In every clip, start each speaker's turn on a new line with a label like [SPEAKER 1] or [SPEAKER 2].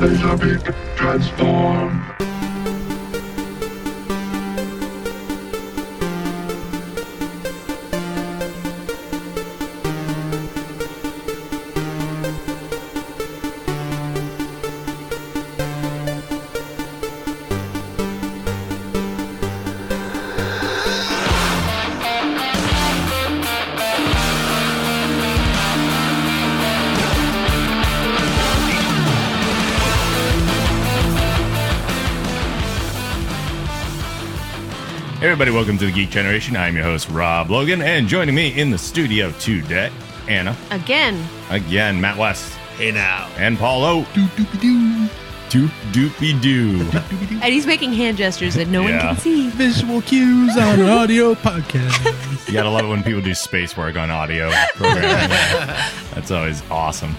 [SPEAKER 1] They have been transformed.
[SPEAKER 2] Hey everybody, welcome to the Geek Generation. I'm your host, Rob Logan, and joining me in the studio today, Anna,
[SPEAKER 3] Again,
[SPEAKER 2] again, Matt West,
[SPEAKER 4] Hey now.
[SPEAKER 2] and Paul O. Doop doopy doo. Doop doopy doo.
[SPEAKER 3] and he's making hand gestures that no
[SPEAKER 2] Yeah.
[SPEAKER 3] one can see.
[SPEAKER 4] Visual cues on an audio podcast.
[SPEAKER 2] You gotta love it when people do space work on audio programming. That's always awesome.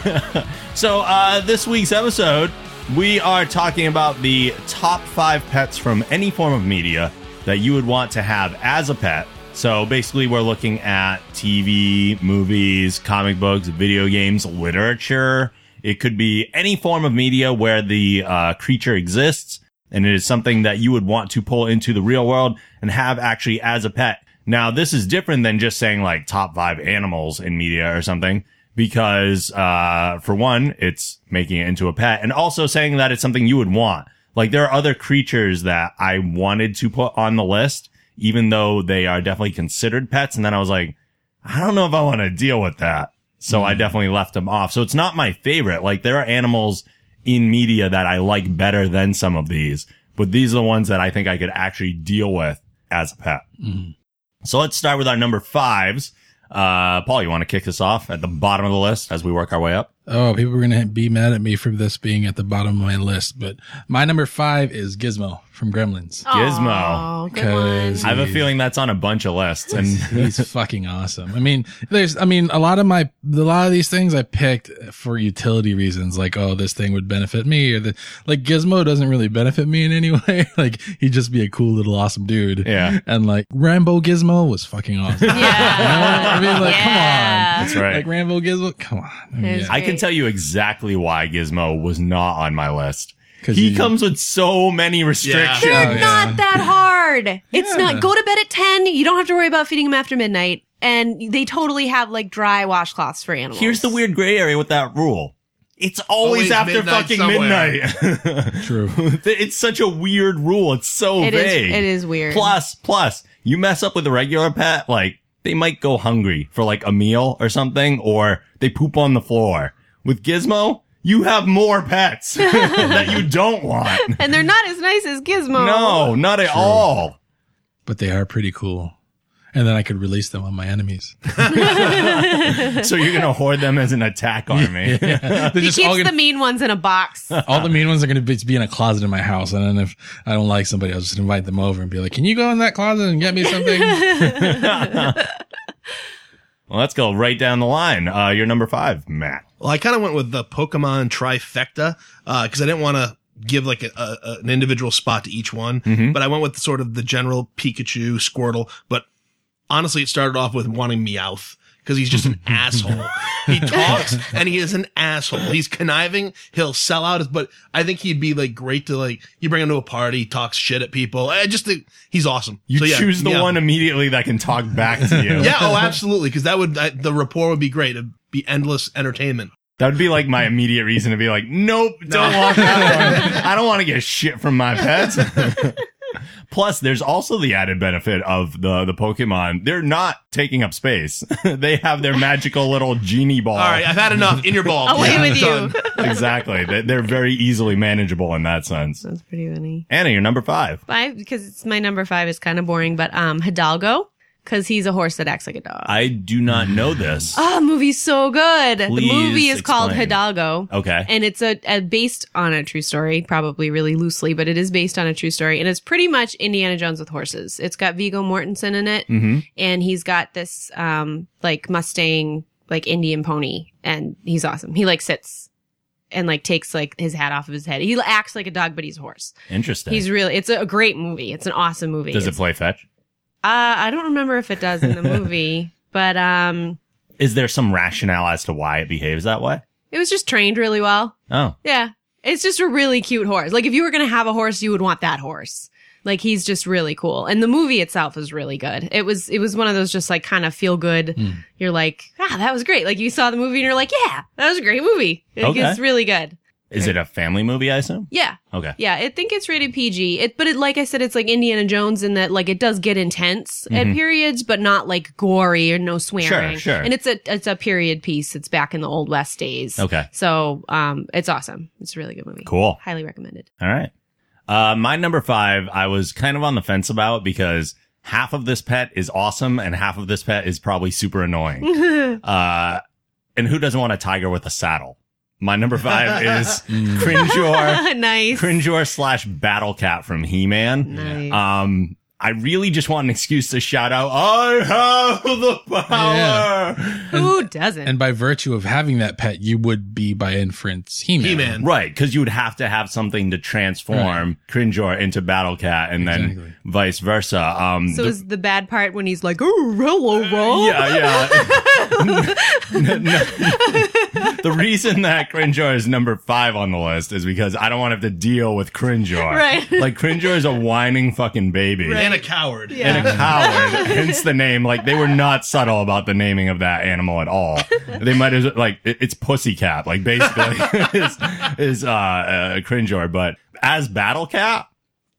[SPEAKER 2] so, uh, this week's episode, we are talking about the top five pets from any form of media that you would want to have as a pet. So, basically, we're looking at TV, movies, comic books, video games, literature. It could be any form of media where the uh, creature exists and it is something that you would want to pull into the real world and have actually as a pet. Now, this is different than just saying like top five animals in media or something, because, uh, for one, it's making it into a pet and also saying that it's something you would want. Like there are other creatures that I wanted to put on the list, even though they are definitely considered pets. And then I was like, I don't know if I want to deal with that. So
[SPEAKER 4] Mm.
[SPEAKER 2] I definitely left them off. So it's not my favorite. Like there are animals in media that I like better than some of these, but these are the ones that I think I could actually deal with as a pet.
[SPEAKER 4] Mm-hmm.
[SPEAKER 2] So let's start with our number fives. Uh, Paul, you want to kick us off at the bottom of the list as we work our way up?
[SPEAKER 4] oh, people are going to be mad at me for this being at the bottom of my list, but my number five is Gizmo from Gremlins.
[SPEAKER 2] Gizmo.
[SPEAKER 3] Aw, good one.
[SPEAKER 4] Cause-
[SPEAKER 2] I have a feeling that's on a bunch of lists and
[SPEAKER 4] He's fucking awesome. I mean, there's, I mean, a lot of my, a lot of these things I picked for utility reasons, like, oh, this thing would benefit me or the, like Gizmo doesn't really benefit me in any way. like he'd just be a cool little awesome dude.
[SPEAKER 2] Yeah.
[SPEAKER 4] And like Rambo Gizmo was fucking awesome.
[SPEAKER 3] Yeah.
[SPEAKER 4] I mean, like, come
[SPEAKER 3] Yeah.
[SPEAKER 4] on.
[SPEAKER 2] That's right.
[SPEAKER 4] Like Rambo Gizmo, come on. I mean,
[SPEAKER 3] There's-
[SPEAKER 4] yeah.
[SPEAKER 2] I can tell you exactly why Gizmo was not on my list.
[SPEAKER 4] 'Cause
[SPEAKER 2] He
[SPEAKER 4] you-
[SPEAKER 2] comes with so many restrictions.
[SPEAKER 3] They're
[SPEAKER 4] Oh, yeah.
[SPEAKER 3] not that hard. It's
[SPEAKER 4] Yeah.
[SPEAKER 3] not. Go to bed at 10. You don't have to worry about feeding them after midnight. And they totally have like dry washcloths for animals.
[SPEAKER 2] Here's the weird gray area with that rule. It's always,
[SPEAKER 5] Always
[SPEAKER 2] after
[SPEAKER 5] midnight
[SPEAKER 2] fucking
[SPEAKER 5] somewhere.
[SPEAKER 2] midnight.
[SPEAKER 4] True.
[SPEAKER 2] it's such a weird rule. It's so
[SPEAKER 3] It is,
[SPEAKER 2] vague.
[SPEAKER 3] it is weird.
[SPEAKER 2] Plus, plus, you mess up with a regular pet, like they might go hungry for like a meal or something, or they poop on the floor. With Gizmo, you have more pets that you don't want.
[SPEAKER 3] And they're not as nice as Gizmo.
[SPEAKER 2] No, not at all.
[SPEAKER 4] but they are pretty cool. And then I could release them on my enemies.
[SPEAKER 2] So you're gonna hoard them as an attack army.
[SPEAKER 4] They're
[SPEAKER 3] He
[SPEAKER 4] just
[SPEAKER 3] keeps
[SPEAKER 4] all, gonna,
[SPEAKER 3] the mean ones in a box.
[SPEAKER 4] all the mean ones are going to be, be in a closet in my house. And then if I don't like somebody, I'll just invite them over and be like, can you go in that closet and get me something?
[SPEAKER 2] Well, let's go right down the line. Uh, you're number five, Matt.
[SPEAKER 5] Well, I kind of went with the Pokemon trifecta because I didn't want to give like a, a, an individual spot to each one,
[SPEAKER 2] Mm-hmm.
[SPEAKER 5] but I went with sort of the general Pikachu, Squirtle. But honestly, it started off with wanting Meowth because he's just an asshole. He talks and he is an asshole. He's conniving. He'll sell out. But I think he'd be like great to like you bring him to a party, talks shit at people. I just think he's awesome.
[SPEAKER 2] You
[SPEAKER 5] So, yeah,
[SPEAKER 2] choose the
[SPEAKER 5] Meowth.
[SPEAKER 2] one immediately that can talk back to you.
[SPEAKER 5] Yeah. Oh, absolutely. Because that would I, the rapport would be great. It'd be endless entertainment.
[SPEAKER 2] That would be like my immediate reason to be like, nope, don't want that one. I don't want to get shit from my pets. Plus, there's also the added benefit of the, the Pokemon. They're not taking up space. they have their magical little genie ball.
[SPEAKER 5] All right, I've had enough. In your balls.
[SPEAKER 3] Away
[SPEAKER 5] Yeah,
[SPEAKER 3] with
[SPEAKER 5] done.
[SPEAKER 3] you.
[SPEAKER 2] exactly. They- They're very easily manageable in that sense.
[SPEAKER 3] That's pretty funny.
[SPEAKER 2] Anna, you're number five.
[SPEAKER 3] five because it's my number five is kind of boring, but um Hidalgo because he's a horse that acts like a dog.
[SPEAKER 2] I do not know this.
[SPEAKER 3] Ah, movie's so good.
[SPEAKER 2] Please
[SPEAKER 3] the movie is called
[SPEAKER 2] explain.
[SPEAKER 3] Hidalgo.
[SPEAKER 2] Okay.
[SPEAKER 3] And it's a, a based on a true story, probably really loosely, but it is based on a true story. And it's pretty much Indiana Jones with horses. It's got Vigo Mortensen in it,
[SPEAKER 2] hmm
[SPEAKER 3] and he's got this um like Mustang, like Indian pony, and he's awesome. He like sits and like takes like his hat off of his head. He acts like a dog, but he's a horse.
[SPEAKER 2] Interesting.
[SPEAKER 3] He's really it's a, a great movie. It's an awesome movie.
[SPEAKER 2] Does it
[SPEAKER 3] It's-
[SPEAKER 2] play fetch?
[SPEAKER 3] uh, I don't remember if it does in the movie, but um,
[SPEAKER 2] Is there some rationale as to why it behaves that way?
[SPEAKER 3] it was just trained really well.
[SPEAKER 2] Oh,
[SPEAKER 3] Yeah, It's just a really cute horse. Like if you were going to have a horse, you would want that horse. Like he's just really cool. And the movie itself is really good. It was it was one of those just like kind of feel good.
[SPEAKER 2] Hmm.
[SPEAKER 3] You're like, "Ah, that was great." Like you saw the movie and you're like, "Yeah, that was a great movie." Like,
[SPEAKER 2] Okay.
[SPEAKER 3] It's really good.
[SPEAKER 2] Is it a family movie? I assume.
[SPEAKER 3] Yeah.
[SPEAKER 2] Okay.
[SPEAKER 3] Yeah, I think it's rated PG. It, but it, like I said, it's like Indiana Jones in that, like it does get intense at periods, but not like gory or no swearing.
[SPEAKER 2] Mm-hmm. sure.
[SPEAKER 3] And it's a it's a period piece. It's back in the old west days.
[SPEAKER 2] Okay.
[SPEAKER 3] So, um, it's awesome. It's a really good movie.
[SPEAKER 2] Cool.
[SPEAKER 3] Highly recommended.
[SPEAKER 2] All right. Uh, my number five, I was kind of on the fence about because half of this pet is awesome and half of this pet is probably super annoying. uh, and who doesn't want a tiger with a saddle? My number five is
[SPEAKER 4] Mm.
[SPEAKER 2] Cringeor,
[SPEAKER 3] nice.
[SPEAKER 2] Cringeor slash Battle Cat from He Man.
[SPEAKER 3] Nice.
[SPEAKER 2] Um, I really just want an excuse to shout out, I have the power.
[SPEAKER 3] Who doesn't?
[SPEAKER 4] And by virtue of having that pet, you would be by inference He-Man.
[SPEAKER 5] He-Man.
[SPEAKER 2] Right, because you would have to have something to transform Cringeor into Battle Cat and
[SPEAKER 4] Exactly.
[SPEAKER 2] then vice versa. Um,
[SPEAKER 3] so
[SPEAKER 2] the-
[SPEAKER 3] is the bad part when he's like, "Oh, hello, Rob."
[SPEAKER 2] Yeah, yeah. No, no. the reason that Cringeor is number five on the list is because I don't want to have to deal with Cringeor.
[SPEAKER 3] Right.
[SPEAKER 2] Like Cringeor is a whining fucking baby.
[SPEAKER 5] And a coward.
[SPEAKER 3] Yeah.
[SPEAKER 2] And a coward, hence the name. Like they were not subtle about the naming of that animal at all. They might as like it, it's pussycat, like basically is is uh, uh Cringeor, but as Battle Cat,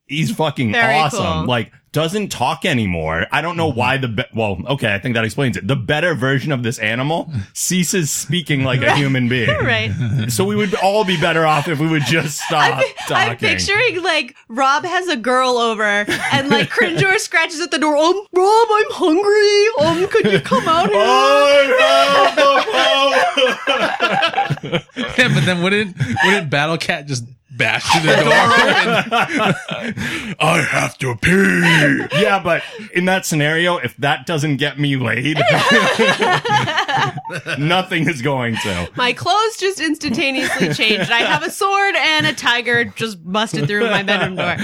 [SPEAKER 2] he's fucking
[SPEAKER 3] Very
[SPEAKER 2] awesome.
[SPEAKER 3] cool.
[SPEAKER 2] Like doesn't talk anymore. I don't know why the be- well, okay, I think that explains it. The better version of this animal ceases speaking like a human being.
[SPEAKER 3] Right.
[SPEAKER 2] So we would all be better off if we would just stop talking.
[SPEAKER 3] I'm picturing like Rob has a girl over and like Cringeor scratches at the door. Um, Rob, I'm hungry. Um, could you come out here?
[SPEAKER 2] Oh, I have the power.
[SPEAKER 4] Yeah, but then wouldn't wouldn't Battle Cat just bash through the door? I have to pee.
[SPEAKER 2] Yeah, but in that scenario, if that doesn't get me laid, nothing is going to.
[SPEAKER 3] My clothes just instantaneously changed. I have a sword and a tiger just busted through my bedroom door.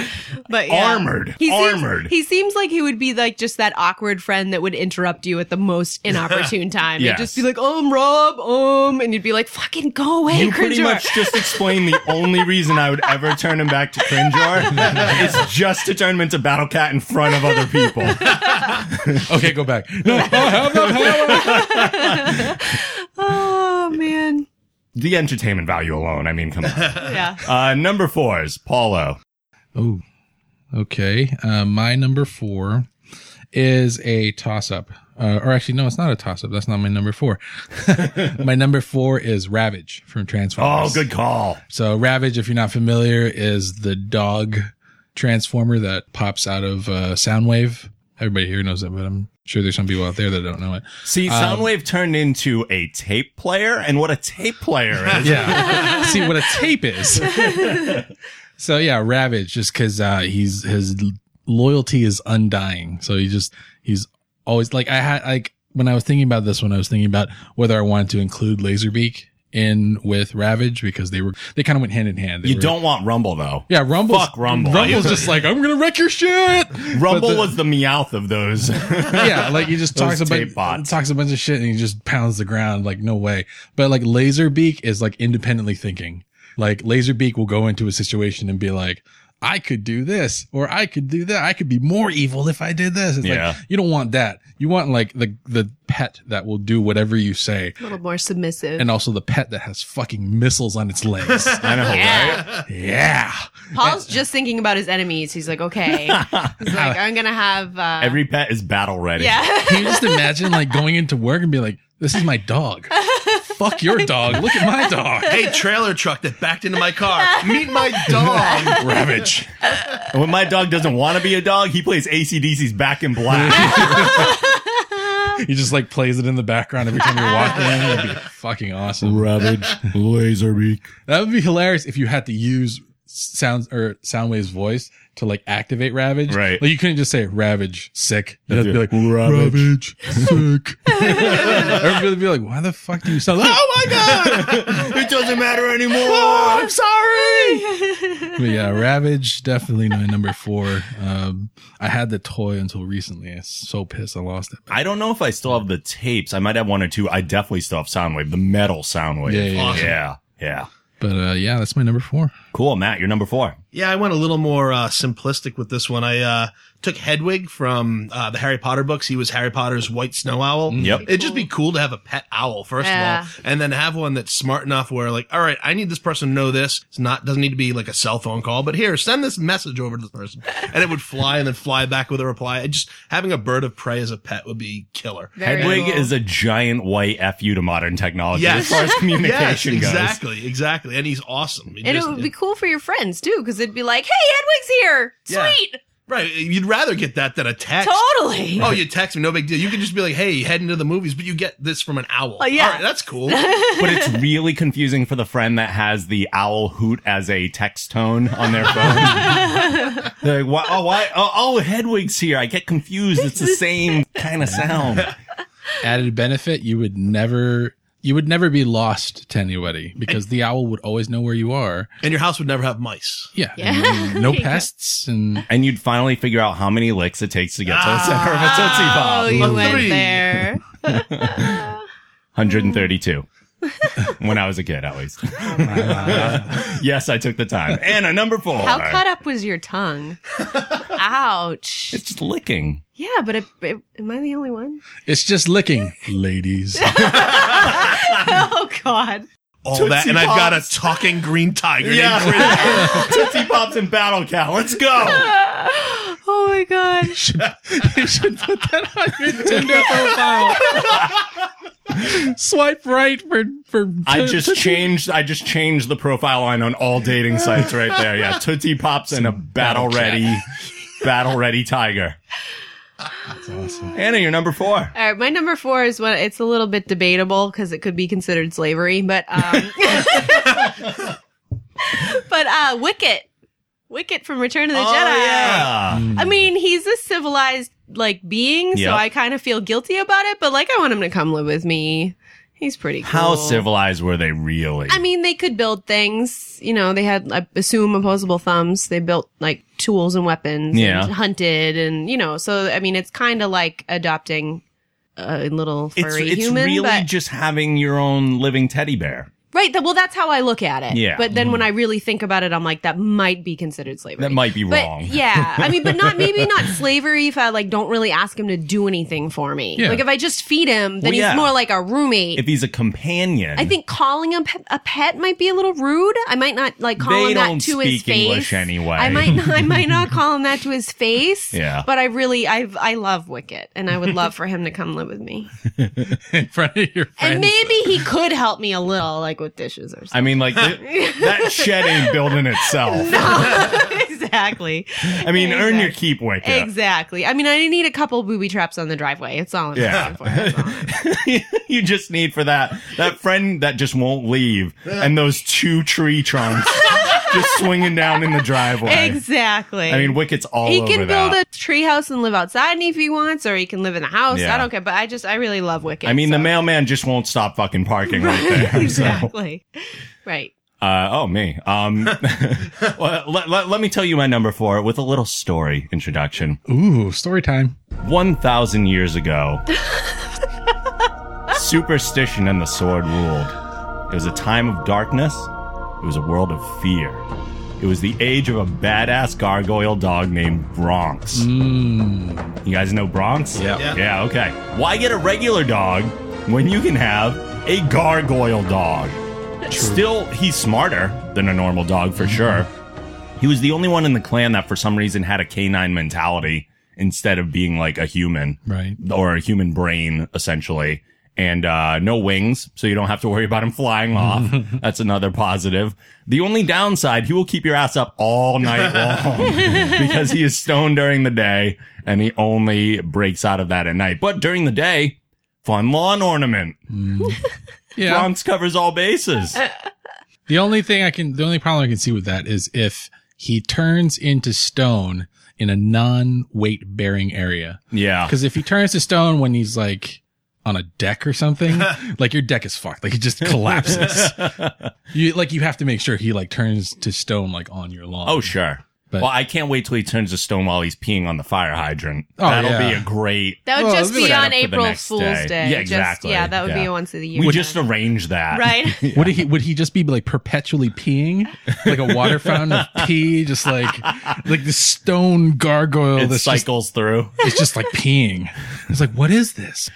[SPEAKER 3] But yeah.
[SPEAKER 2] Armored.
[SPEAKER 3] seems-
[SPEAKER 2] Armored.
[SPEAKER 3] he seems like he would be like just that awkward friend that would interrupt you at the most inopportune time.
[SPEAKER 2] Yes.
[SPEAKER 3] He'd just be like, um, Rob, um, and you'd be like, fucking go away,
[SPEAKER 2] You
[SPEAKER 3] Cringeor.
[SPEAKER 2] pretty much just explained the only reason I would ever turn him back to Cringeor is just to turn him into Battle Cat in front of other people.
[SPEAKER 4] Okay, go back. No, I have the power.
[SPEAKER 3] oh man.
[SPEAKER 2] The entertainment value alone, I mean, come on.
[SPEAKER 3] Yeah.
[SPEAKER 2] Uh, number four is Paulo.
[SPEAKER 4] Oh, okay. Uh, my number four is a toss up. Uh, or actually, no, it's not a toss up. That's not my number four. my number four is Ravage from
[SPEAKER 2] Oh,
[SPEAKER 4] Transformers.
[SPEAKER 2] good call.
[SPEAKER 4] So Ravage, if you're not familiar, is the dog transformer that pops out of uh, Soundwave. Everybody here knows that, but I'm sure there's some people out there that don't know it.
[SPEAKER 2] See,
[SPEAKER 4] Um,
[SPEAKER 2] Soundwave turned into a tape player, and what a tape player is.
[SPEAKER 4] Yeah. See what a tape is. so yeah, Ravage, just because uh, he's his loyalty is undying. So he just he's always like I had like when I was thinking about this one, I was thinking about whether I wanted to include Laserbeak in with Ravage because they were they kind of went hand in hand. They
[SPEAKER 2] You
[SPEAKER 4] were-
[SPEAKER 2] don't want Rumble, though.
[SPEAKER 4] Yeah, Rumble.
[SPEAKER 2] Fuck Rumble.
[SPEAKER 4] Rumble's just like I'm gonna wreck your shit.
[SPEAKER 2] Rumble
[SPEAKER 4] But the-
[SPEAKER 2] was the meowth of those.
[SPEAKER 4] yeah, like he just
[SPEAKER 2] Those
[SPEAKER 4] talks a
[SPEAKER 2] tape
[SPEAKER 4] bunch,
[SPEAKER 2] bots.
[SPEAKER 4] talks a bunch of shit, and he just pounds the ground. Like no way. But like Laserbeak is like independently thinking. Like Laserbeak will go into a situation and be like, "I could do this, or I could do that. I could be more evil if I did this." It's
[SPEAKER 2] Yeah.
[SPEAKER 4] like you don't want that. You want like the the pet that will do whatever you say,
[SPEAKER 3] A little more submissive.
[SPEAKER 4] and also the pet that has fucking missiles on its legs.
[SPEAKER 2] I know, right?
[SPEAKER 4] yeah.
[SPEAKER 3] Paul's just thinking about his enemies. He's like, okay, he's like, I'm gonna have uh,
[SPEAKER 2] Every pet is battle ready.
[SPEAKER 3] yeah.
[SPEAKER 4] Can you just imagine like going into work and be like, "This is my dog. Fuck your dog. Look at my dog."
[SPEAKER 5] Hey, trailer truck that backed into my car. Meet my dog.
[SPEAKER 4] Ravage.
[SPEAKER 2] And when my dog doesn't want to be a dog, he plays ACDC's Back in Black.
[SPEAKER 4] He just like plays it in the background every time you're walking in. That'd be fucking awesome.
[SPEAKER 2] Ravage Laserbeak.
[SPEAKER 4] That would be hilarious if you had to use sounds or Soundwave's voice to like activate Ravage.
[SPEAKER 2] Right.
[SPEAKER 4] Like you couldn't just say Ravage sick. It would
[SPEAKER 2] do
[SPEAKER 4] be like Ravage, sick. Everybody would be like, why the fuck do you sound like? Oh my god!
[SPEAKER 2] It doesn't matter anymore.
[SPEAKER 4] I'm sorry. but yeah, Ravage definitely my number four. Um, I had the toy until recently. I'm so pissed I lost it.
[SPEAKER 2] I don't know if I still have the tapes. I might have one or two. I definitely still have Soundwave, the metal Soundwave.
[SPEAKER 4] Yeah, yeah, yeah.
[SPEAKER 2] yeah. yeah.
[SPEAKER 4] But uh, yeah, that's my number four.
[SPEAKER 2] Cool, Matt. You're number four.
[SPEAKER 5] Yeah, I went a little more uh, simplistic with this one. I uh, took Hedwig from uh, the Harry Potter books. He was Harry Potter's white snow owl.
[SPEAKER 2] Mm. Yep.
[SPEAKER 5] It'd just be cool to have a pet owl, first
[SPEAKER 3] Yeah.
[SPEAKER 5] of all, and then have one that's smart enough where, like, all right, I need this person to know this. It's not doesn't need to be like a cell phone call, but here, send this message over to this person, and it would fly and then fly back with a reply. I just having a bird of prey as a pet would be killer.
[SPEAKER 3] Very
[SPEAKER 2] Hedwig
[SPEAKER 3] cool.
[SPEAKER 2] is a giant white FU to modern technology
[SPEAKER 5] Yes.
[SPEAKER 2] as far as
[SPEAKER 5] Yes,
[SPEAKER 2] communication goes.
[SPEAKER 5] exactly, exactly, and he's awesome. He
[SPEAKER 3] And
[SPEAKER 5] just-
[SPEAKER 3] it would be cool for your friends too, because it'd be like, "Hey, Hedwig's here!
[SPEAKER 5] Yeah.
[SPEAKER 3] Sweet,
[SPEAKER 5] right. You'd rather get that than a text.
[SPEAKER 3] totally."
[SPEAKER 5] Oh, you text me, no big deal. You can just be like, "Hey, heading to the movies," but you get this from an owl.
[SPEAKER 3] Oh, yeah.
[SPEAKER 5] All right, that's cool.
[SPEAKER 2] But it's really confusing for the friend that has the owl hoot as a text tone on their phone. They're like, why, oh, why? Oh, oh, Hedwig's here. I get confused. It's the same kind of sound.
[SPEAKER 4] Added benefit: you would never, you would never be lost to anybody because the owl would always know where you are.
[SPEAKER 5] and your house would never have mice.
[SPEAKER 4] Yeah,
[SPEAKER 3] Yeah.
[SPEAKER 4] and no
[SPEAKER 3] There you go.
[SPEAKER 4] pests, and
[SPEAKER 2] And you'd finally figure out how many licks it takes to get to the center of a Tootsie
[SPEAKER 3] Oh,
[SPEAKER 2] Pop.
[SPEAKER 3] you
[SPEAKER 5] Number
[SPEAKER 3] went
[SPEAKER 5] three.
[SPEAKER 3] there.
[SPEAKER 2] 132. when I was a kid, at least. yes, I took the time. And a number four.
[SPEAKER 3] How cut up was your tongue? Ouch.
[SPEAKER 2] It's just licking.
[SPEAKER 3] Yeah, but it, it, am I the only one?
[SPEAKER 4] it's just licking, ladies.
[SPEAKER 3] oh God.
[SPEAKER 5] All
[SPEAKER 2] Tootsie
[SPEAKER 5] that, and I've got a
[SPEAKER 2] Pops.
[SPEAKER 5] talking green tiger. named Fritz.
[SPEAKER 2] Yeah. Tootsie Pops in battle cat. Let's go.
[SPEAKER 3] Oh my God.
[SPEAKER 4] you should put that on your Tinder profile. Swipe right for for.
[SPEAKER 2] I just changed. I just changed the profile line on all dating sites right there. Yeah, Tootsie Pops and a battle ready, battle ready tiger. That's awesome. Anna, you're number four.
[SPEAKER 3] All right, my number four is one. It's a little bit debatable because it could be considered slavery, but um, but uh, Wicket, Wicket from Return of the Jedi.
[SPEAKER 2] Oh, yeah.
[SPEAKER 3] I mean, he's a civilized like being,
[SPEAKER 2] Hmm. Yep.
[SPEAKER 3] so I kind of feel guilty about it. But like, I want him to come live with me. He's pretty. Cool.
[SPEAKER 2] How civilized were they really?
[SPEAKER 3] I mean, they could build things. You know, they had, I assume, opposable thumbs. They built like tools and weapons.
[SPEAKER 2] Yeah.
[SPEAKER 3] And hunted and, you know, so, I mean, it's kind of like adopting a little
[SPEAKER 2] it's
[SPEAKER 3] furry
[SPEAKER 2] it's
[SPEAKER 3] human.
[SPEAKER 2] really
[SPEAKER 3] but,
[SPEAKER 2] just having your own living teddy bear.
[SPEAKER 3] right. th- well, that's how I look at it.
[SPEAKER 2] Yeah. Mm-hmm.
[SPEAKER 3] But then when I really think about it, I'm like, that might be considered slavery.
[SPEAKER 2] That might be
[SPEAKER 3] But
[SPEAKER 2] wrong.
[SPEAKER 3] yeah, I mean, but not maybe not slavery if I like don't really ask him to do anything for me.
[SPEAKER 4] Yeah.
[SPEAKER 3] Like if I just feed him, then
[SPEAKER 2] Well,
[SPEAKER 3] he's
[SPEAKER 2] yeah.
[SPEAKER 3] more like a roommate.
[SPEAKER 2] If he's a companion,
[SPEAKER 3] I think calling him pe- a pet might be a little rude. I might not like call
[SPEAKER 2] They
[SPEAKER 3] him that
[SPEAKER 2] don't
[SPEAKER 3] to his
[SPEAKER 2] speak
[SPEAKER 3] face.
[SPEAKER 2] English anyway.
[SPEAKER 3] I might not, I might not call him that to his face.
[SPEAKER 2] Yeah.
[SPEAKER 3] But I really I I love Wicket and I would love for him to come live with me.
[SPEAKER 4] in front of your friends.
[SPEAKER 3] And maybe he could help me a little like with dishes or something.
[SPEAKER 2] I mean, like th- that shed ain't building itself.
[SPEAKER 3] exactly.
[SPEAKER 2] I mean, earn your keep, Wicket.
[SPEAKER 3] Exactly. I mean, I need a couple booby traps on the driveway. It's all I'm
[SPEAKER 2] Yeah.
[SPEAKER 3] asking for. That's all.
[SPEAKER 2] you just need for that that friend that just won't leave and those two tree trunks just swinging down in the driveway.
[SPEAKER 3] Exactly.
[SPEAKER 2] I mean, Wicket's all
[SPEAKER 3] he
[SPEAKER 2] over
[SPEAKER 3] can build
[SPEAKER 2] that.
[SPEAKER 3] a tree house and live outside if he wants, or he can live in the house.
[SPEAKER 2] Yeah.
[SPEAKER 3] I don't care. But I just, I really love Wicked.
[SPEAKER 2] I mean,
[SPEAKER 3] so.
[SPEAKER 2] the mailman just won't stop fucking parking right there. So,
[SPEAKER 3] exactly. Right.
[SPEAKER 2] uh, oh me. Um, well, let, let, let me tell you my number four with a little story introduction.
[SPEAKER 4] Ooh, story time.
[SPEAKER 2] 1,000 years ago, superstition and the sword ruled. It was a time of darkness, it was a world of fear. It was the age of a badass gargoyle dog named Bronx. You guys know Bronx?
[SPEAKER 4] Mm. Yeah.
[SPEAKER 5] Yeah.
[SPEAKER 2] Yeah, okay. Why get a regular dog when you can have a gargoyle dog? Still, he's smarter than a normal dog for sure. He was the only one in the clan that for some reason had a canine mentality instead of being like a human
[SPEAKER 4] Right.
[SPEAKER 2] or a human brain essentially and uh, no wings so you don't have to worry about him flying off that's another positive the only downside he will keep your ass up all night long because he is stoned during the day and he only breaks out of that at night but during the day fun lawn ornament
[SPEAKER 4] Yeah.
[SPEAKER 2] bronx covers all bases
[SPEAKER 4] The only thing I can, the only problem I can see with that is if he turns into stone in a non-weight bearing area.
[SPEAKER 2] yeah
[SPEAKER 4] Because if he turns to stone when he's like on a deck or something, like your deck is fucked. Like it just collapses. you like you have to make sure he like turns to stone like on your lawn.
[SPEAKER 2] oh sure
[SPEAKER 4] But
[SPEAKER 2] Well, I can't wait till he turns to stone while he's peeing on the fire hydrant.
[SPEAKER 4] Oh,
[SPEAKER 2] That'll
[SPEAKER 4] yeah.
[SPEAKER 2] be a great.
[SPEAKER 3] That would
[SPEAKER 4] Well,
[SPEAKER 3] just
[SPEAKER 4] it'd be
[SPEAKER 3] be
[SPEAKER 2] set up
[SPEAKER 3] on
[SPEAKER 2] for the
[SPEAKER 3] April
[SPEAKER 2] next
[SPEAKER 3] Fool's
[SPEAKER 2] day.
[SPEAKER 3] Day.
[SPEAKER 2] Yeah,
[SPEAKER 3] Just-
[SPEAKER 2] exactly.
[SPEAKER 3] yeah, that would
[SPEAKER 2] Yeah.
[SPEAKER 3] be once of the year.
[SPEAKER 2] We just arrange that.
[SPEAKER 3] right.
[SPEAKER 4] would he would he just be like perpetually peeing like a water fountain of pee, just like like the stone gargoyle
[SPEAKER 2] It
[SPEAKER 4] that's just,
[SPEAKER 2] cycles through.
[SPEAKER 4] it's just like peeing. It's like what is this?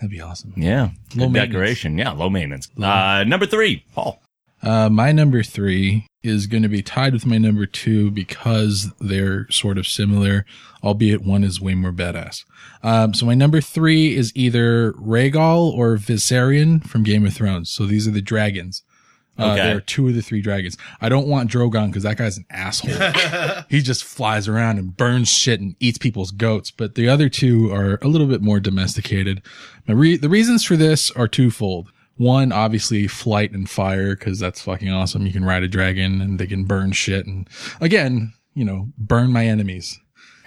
[SPEAKER 4] That'd be awesome.
[SPEAKER 2] Yeah.
[SPEAKER 4] Low
[SPEAKER 2] Low
[SPEAKER 4] maintenance.
[SPEAKER 2] decoration. Yeah, low maintenance. Uh, number three, Paul.
[SPEAKER 4] Uh, my number three is going to be tied with my number two because they're sort of similar, albeit one is way more badass. Um, so my number three is either Rhaegal or Viserion from Game of Thrones. So these are the dragons. Uh,
[SPEAKER 2] Okay.
[SPEAKER 4] There are two of the three dragons. I don't want Drogon because that guy's an asshole. he just flies around and burns shit and eats people's goats. But the other two are a little bit more domesticated. My re- the reasons for this are twofold. One, obviously, flight and fire because that's fucking awesome. You can ride a dragon and they can burn shit. And again, you know, burn my enemies.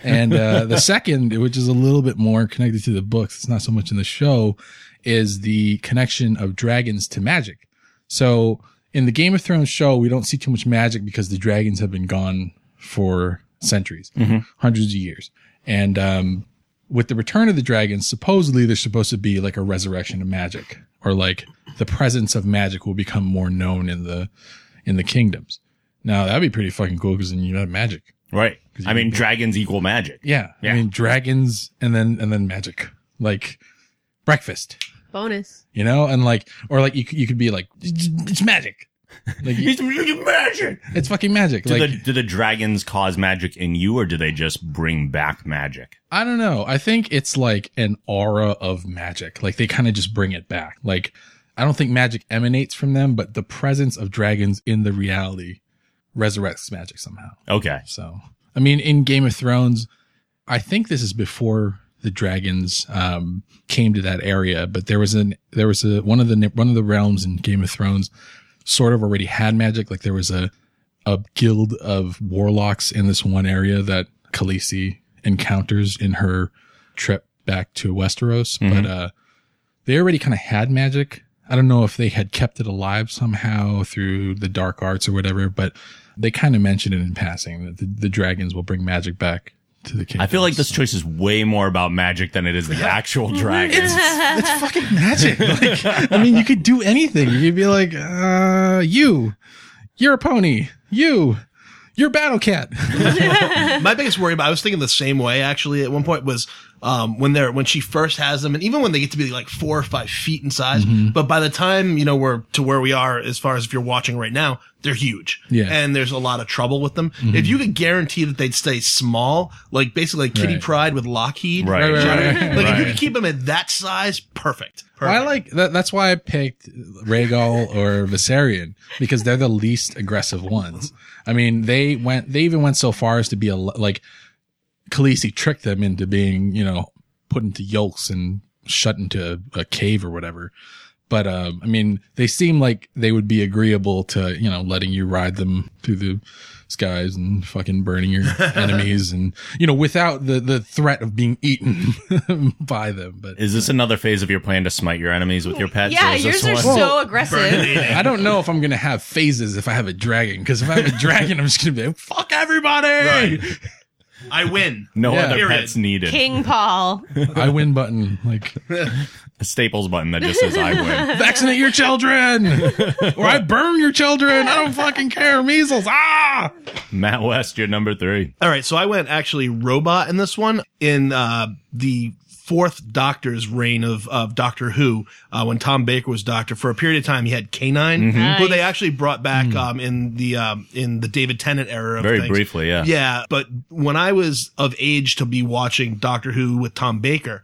[SPEAKER 4] And uh, the second, which is a little bit more connected to the books, it's not so much in the show, is the connection of dragons to magic. So in the Game of Thrones show, we don't see too much magic because the dragons have been gone for centuries, hundreds of years. And um, with the return of the dragons, supposedly there's supposed to be like a resurrection of magic, or like the presence of magic will become more known in the in the kingdoms. Now that'd be pretty fucking cool because then you have magic.
[SPEAKER 2] Right. I mean, dragons equal magic.
[SPEAKER 4] Yeah.
[SPEAKER 2] Yeah.
[SPEAKER 4] I mean, dragons and then, and then magic, like breakfast,
[SPEAKER 3] Bonus.
[SPEAKER 4] you know? And like, or like you, c- you could be like, it's it's magic. Like you-
[SPEAKER 2] It's magic.
[SPEAKER 4] it's fucking magic.
[SPEAKER 2] Do,
[SPEAKER 4] Like,
[SPEAKER 2] the, do the dragons cause magic in you, or do they just bring back magic?
[SPEAKER 4] I don't know. I think it's like an aura of magic. Like they kind of just bring it back. Like I don't think magic emanates from them, but the presence of dragons in the reality resurrects magic somehow.
[SPEAKER 2] Okay.
[SPEAKER 4] So, I mean, in Game of Thrones, I think this is before the dragons um, came to that area, but there was an there was a one of the one of the realms in Game of Thrones sort of already had magic. Like there was a a guild of warlocks in this one area that Khaleesi encounters in her trip back to Westeros,
[SPEAKER 2] Mm-hmm.
[SPEAKER 4] but uh, they already kind of had magic. I don't know if they had kept it alive somehow through the dark arts or whatever, but they kind of mentioned it in passing that the, the dragons will bring magic back to the kingdom.
[SPEAKER 2] I feel like this choice is way more about magic than it is the actual dragons.
[SPEAKER 4] It's fucking magic. Like, I mean, you could do anything. You could be like, uh, you, you're a pony, you, you're battle cat.
[SPEAKER 5] My biggest worry about I was thinking the same way actually at one point was um, when they're when she first has them and even when they get to be like four or five feet in size.
[SPEAKER 4] Mm-hmm.
[SPEAKER 5] But by the time, you know, we're to where we are as far as if you're watching right now, they're huge.
[SPEAKER 4] Yeah. Mm-hmm.
[SPEAKER 5] And there's a lot of trouble with them. If you could guarantee that they'd stay small, like basically like Kitty
[SPEAKER 4] Right.
[SPEAKER 5] Pride with Lockheed.
[SPEAKER 2] Right.
[SPEAKER 4] Right, right, right,
[SPEAKER 5] Like if you
[SPEAKER 2] right.
[SPEAKER 5] could keep them at that size, perfect.
[SPEAKER 4] Well,
[SPEAKER 5] perfect.
[SPEAKER 4] I like that. That's why I picked Rhaegal or Viserion because they're the least aggressive ones. I mean, they went, they even went so far as to be a, like, Khaleesi tricked them into being, you know, put into yolks and shut into a, a cave or whatever. But, um, I mean, they seem like they would be agreeable to, you know, letting you ride them through the skies and fucking burning your enemies and, you know, without the, the threat of being eaten by them. But
[SPEAKER 2] Is this another phase of your plan to smite your enemies with your pets?
[SPEAKER 3] Yeah,
[SPEAKER 2] or is this
[SPEAKER 3] yours are
[SPEAKER 2] one-
[SPEAKER 3] so aggressive.
[SPEAKER 4] I don't know if I'm gonna have phases if I have a dragon. Because if I have a dragon, I'm just gonna be like, fuck everybody.
[SPEAKER 5] I win.
[SPEAKER 2] no
[SPEAKER 4] Yeah.
[SPEAKER 2] other
[SPEAKER 5] Period.
[SPEAKER 2] pets needed.
[SPEAKER 3] King Paul.
[SPEAKER 4] I win button. Like
[SPEAKER 2] A staples button that just says I win.
[SPEAKER 4] vaccinate your children, or I burn your children. I don't fucking care. Measles. Ah.
[SPEAKER 2] Matt West, you're number three.
[SPEAKER 5] All right, so I went actually robot in this one in uh, the fourth Doctor's reign of of Doctor Who uh, when Tom Baker was Doctor for a period of time. He had Canine, who they actually brought back um, in the um, in the David Tennant era. Of
[SPEAKER 2] Very
[SPEAKER 5] things.
[SPEAKER 2] briefly, yeah.
[SPEAKER 5] Oh, Yeah, but when I was of age to be watching Doctor Who with Tom Baker,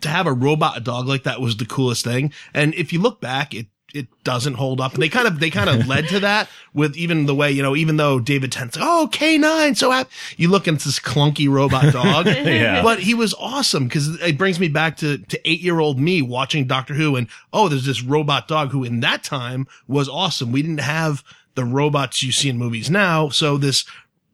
[SPEAKER 5] to have a robot dog like that was the coolest thing. And if you look back, it it doesn't hold up. They kind of they kind of led to that with even the way you know, even though David Tennant's like, oh K nine, so happy. You look and it's this clunky robot dog,
[SPEAKER 2] Yeah.
[SPEAKER 5] but he was awesome because it brings me back to to eight year old me watching Doctor Who and oh, there's this robot dog who in that time was awesome. We didn't have the robots you see in movies now, so this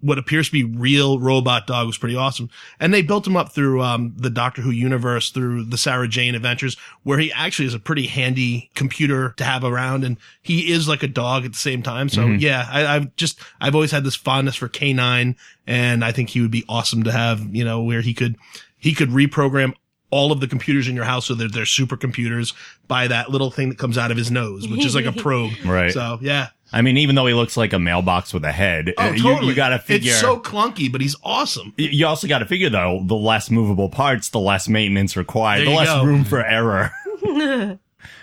[SPEAKER 5] what appears to be real robot dog was pretty awesome. And they built him up through um, the Doctor Who universe, through the Sarah Jane adventures, where he actually is a pretty handy computer to have around, and he is like a dog at the same time. So
[SPEAKER 2] Mm-hmm.
[SPEAKER 5] yeah, I, I've just I've always had this fondness for K9, and I think he would be awesome to have. You know, where he could he could reprogram all of the computers in your house so that they're supercomputers by that little thing that comes out of his nose, which is like a probe.
[SPEAKER 2] Right.
[SPEAKER 5] So yeah.
[SPEAKER 2] I mean, even though he looks like a mailbox with a head,
[SPEAKER 5] Oh,
[SPEAKER 2] uh, you-
[SPEAKER 5] totally.
[SPEAKER 2] you, got to figure.
[SPEAKER 5] It's so clunky, but he's awesome.
[SPEAKER 2] Y- you also got to figure though, the less movable parts, the less maintenance required,
[SPEAKER 5] There
[SPEAKER 2] the
[SPEAKER 5] you
[SPEAKER 2] less
[SPEAKER 5] go.
[SPEAKER 2] room for error.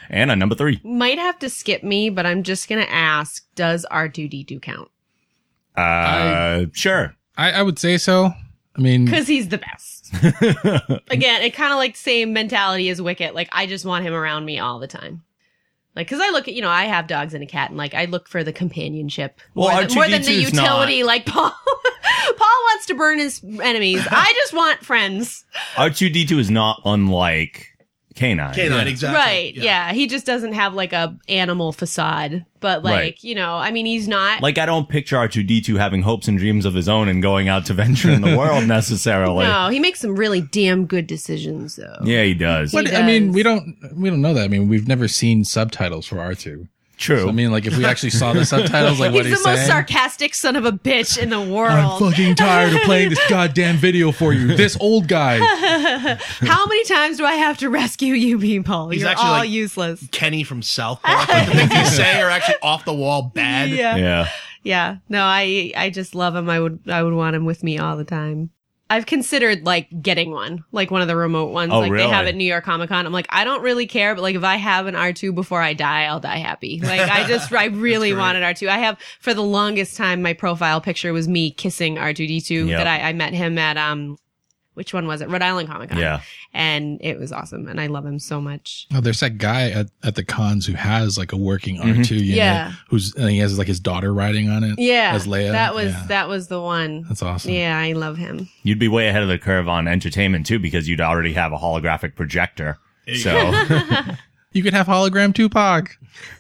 [SPEAKER 2] Anna, number three.
[SPEAKER 3] Might have to skip me, but I'm just gonna ask: Does R two D two count?
[SPEAKER 2] Uh,
[SPEAKER 4] I-
[SPEAKER 2] sure.
[SPEAKER 4] I, I would say so. I mean,
[SPEAKER 3] Because he's the best. Again, it kind of like same mentality as Wicket. Like I just want him around me all the time. Like, because I look at you know I have dogs and a cat, and like I look for the companionship
[SPEAKER 2] Well,
[SPEAKER 3] more, than, more than the
[SPEAKER 2] R2D2 is not-
[SPEAKER 3] utility. Like Paul, Paul wants to burn his enemies. I just want friends.
[SPEAKER 2] R two D two is not unlike canine.
[SPEAKER 5] Canine, exactly.
[SPEAKER 3] Right? Yeah. He just doesn't have like a animal facade, but like
[SPEAKER 2] Right.
[SPEAKER 3] you know, I mean, he's not.
[SPEAKER 2] Like I don't picture R two D two having hopes and dreams of his own and going out to venture in the world necessarily.
[SPEAKER 3] no, he makes some really damn good decisions though.
[SPEAKER 2] Yeah, he does.
[SPEAKER 3] What-
[SPEAKER 4] but, I mean,
[SPEAKER 3] does.
[SPEAKER 4] we don't we don't know that. I mean, we've never seen subtitles for R two.
[SPEAKER 2] True.
[SPEAKER 4] So, I mean, like if we actually saw the subtitles, like
[SPEAKER 3] He's
[SPEAKER 4] what
[SPEAKER 3] the
[SPEAKER 4] he's
[SPEAKER 3] most
[SPEAKER 4] saying.
[SPEAKER 3] sarcastic son of a bitch in the world.
[SPEAKER 4] I'm fucking tired of playing this goddamn video for you. This old guy.
[SPEAKER 3] How many times do I have to rescue you people?
[SPEAKER 5] He's
[SPEAKER 3] You're
[SPEAKER 5] actually,
[SPEAKER 3] all
[SPEAKER 5] like-
[SPEAKER 3] useless.
[SPEAKER 5] Kenny from South Park. Like, the things you say are actually off the wall bad.
[SPEAKER 3] Yeah. yeah.
[SPEAKER 2] yeah.
[SPEAKER 3] No, I I just love him. I would I would want him with me all the time. I've considered like getting one, like one of the remote ones,
[SPEAKER 2] Oh,
[SPEAKER 3] like
[SPEAKER 2] really?
[SPEAKER 3] they have at New York Comic Con. I'm like, I don't really care, but like if I have an R2 before I die, I'll die happy. Like I just, I really wanted R2. I have for the longest time, my profile picture was me kissing R2D2
[SPEAKER 2] Yep.
[SPEAKER 3] that I, I met him at um, which one was it? Rhode Island Comic Con.
[SPEAKER 2] Yeah.
[SPEAKER 3] and it was awesome, and I love him so much.
[SPEAKER 4] Oh, there's that guy at, at the cons who has like a working
[SPEAKER 2] Mm-hmm.
[SPEAKER 4] R two unit.
[SPEAKER 3] Yeah.
[SPEAKER 4] Who's and he has like his daughter riding on it.
[SPEAKER 3] Yeah.
[SPEAKER 4] As Leia.
[SPEAKER 3] That was
[SPEAKER 4] Yeah.
[SPEAKER 3] that was the one.
[SPEAKER 4] That's awesome.
[SPEAKER 3] Yeah, I love him.
[SPEAKER 2] You'd be way ahead of the curve on entertainment too, because you'd already have a holographic projector. So
[SPEAKER 4] You could have hologram Tupac.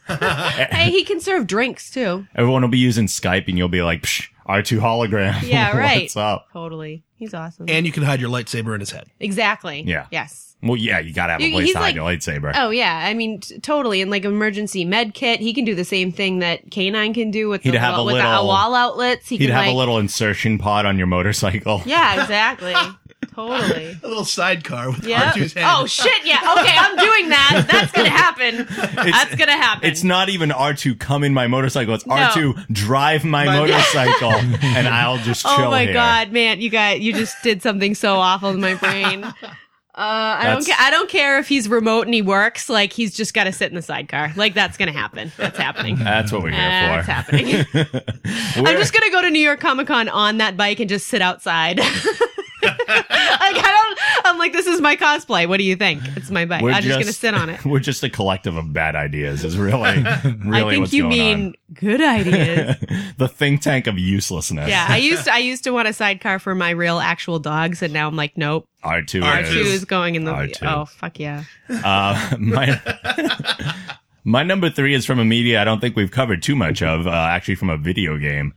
[SPEAKER 2] Eh.
[SPEAKER 3] hey, he can serve drinks too.
[SPEAKER 2] everyone will be using Skype, and you'll be like, Psh, "R2 hologram."
[SPEAKER 3] Yeah, right.
[SPEAKER 2] What's up?
[SPEAKER 3] Totally. He's awesome.
[SPEAKER 5] And you can hide your lightsaber in his head.
[SPEAKER 3] exactly.
[SPEAKER 2] Yeah.
[SPEAKER 3] Yes.
[SPEAKER 2] Well, yeah, you gotta have a
[SPEAKER 3] You-
[SPEAKER 2] place
[SPEAKER 3] he's
[SPEAKER 2] to hide
[SPEAKER 3] like-
[SPEAKER 2] your lightsaber.
[SPEAKER 3] Oh yeah, I mean t- totally. And like emergency med kit, he can do the same thing that Canine can do with
[SPEAKER 2] He'd
[SPEAKER 3] the
[SPEAKER 2] have
[SPEAKER 3] wall,
[SPEAKER 2] a
[SPEAKER 3] with the
[SPEAKER 2] little-
[SPEAKER 3] wall outlets. He
[SPEAKER 2] He'd
[SPEAKER 3] can
[SPEAKER 2] have
[SPEAKER 3] like,
[SPEAKER 2] a little insertion pod on your motorcycle.
[SPEAKER 3] Yeah, exactly. totally.
[SPEAKER 5] A little sidecar with
[SPEAKER 3] Yeah.
[SPEAKER 5] R2's head.
[SPEAKER 3] Oh shit. Yeah. Okay, I'm doing that. That's gonna happen. That's gonna happen.
[SPEAKER 2] It's not even R2 come in my motorcycle. It's R2 drive my, motorcycle and I'll just chill
[SPEAKER 3] Oh my
[SPEAKER 2] here.
[SPEAKER 3] god, man! You got you just did something so awful to my brain. Uh, I don't
[SPEAKER 2] That's-
[SPEAKER 3] care. I don't care if he's remote and he works. Like he's just got to sit in the sidecar. Like that's gonna happen. That's happening.
[SPEAKER 2] That's what we're here
[SPEAKER 3] That's
[SPEAKER 2] for.
[SPEAKER 3] happening. I'm
[SPEAKER 2] We're-
[SPEAKER 3] just gonna go to New York Comic Con on that bike and just sit outside. like I don't. I'm like, this is my cosplay. What do you think? It's my bike.
[SPEAKER 2] we're
[SPEAKER 3] I'm just, gonna sit on it.
[SPEAKER 2] We're just a collective of bad ideas. Is really, really
[SPEAKER 3] I think
[SPEAKER 2] what's
[SPEAKER 3] you
[SPEAKER 2] going
[SPEAKER 3] mean good ideas.
[SPEAKER 2] on. the think tank of uselessness.
[SPEAKER 3] yeah, I used to, I used to want a sidecar for my real actual dogs, and now I'm like, nope.
[SPEAKER 2] R2.
[SPEAKER 5] R2.
[SPEAKER 3] Two is going in the
[SPEAKER 2] R2.
[SPEAKER 3] oh fuck yeah
[SPEAKER 2] Uh, my, my number three is from a media I don't think we've covered too much of, uh, actually from a video game.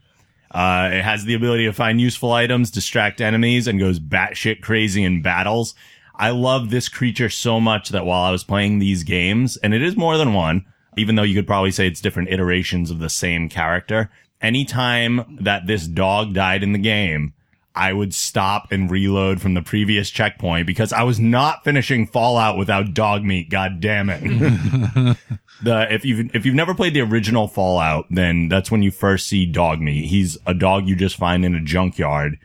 [SPEAKER 2] Uh, it has the ability to find useful items, distract enemies, and goes batshit crazy in battles. I love this creature so much that while I was playing these games, and it is more than one, even though you could probably say it's different iterations of the same character, anytime that this dog died in the game, I would stop and reload from the previous checkpoint because I was not finishing Fallout without dog meat. God damn it. the if you've if you've never played the original Fallout, then that's when you first see Dog Meat. He's a dog you just find in a junkyard,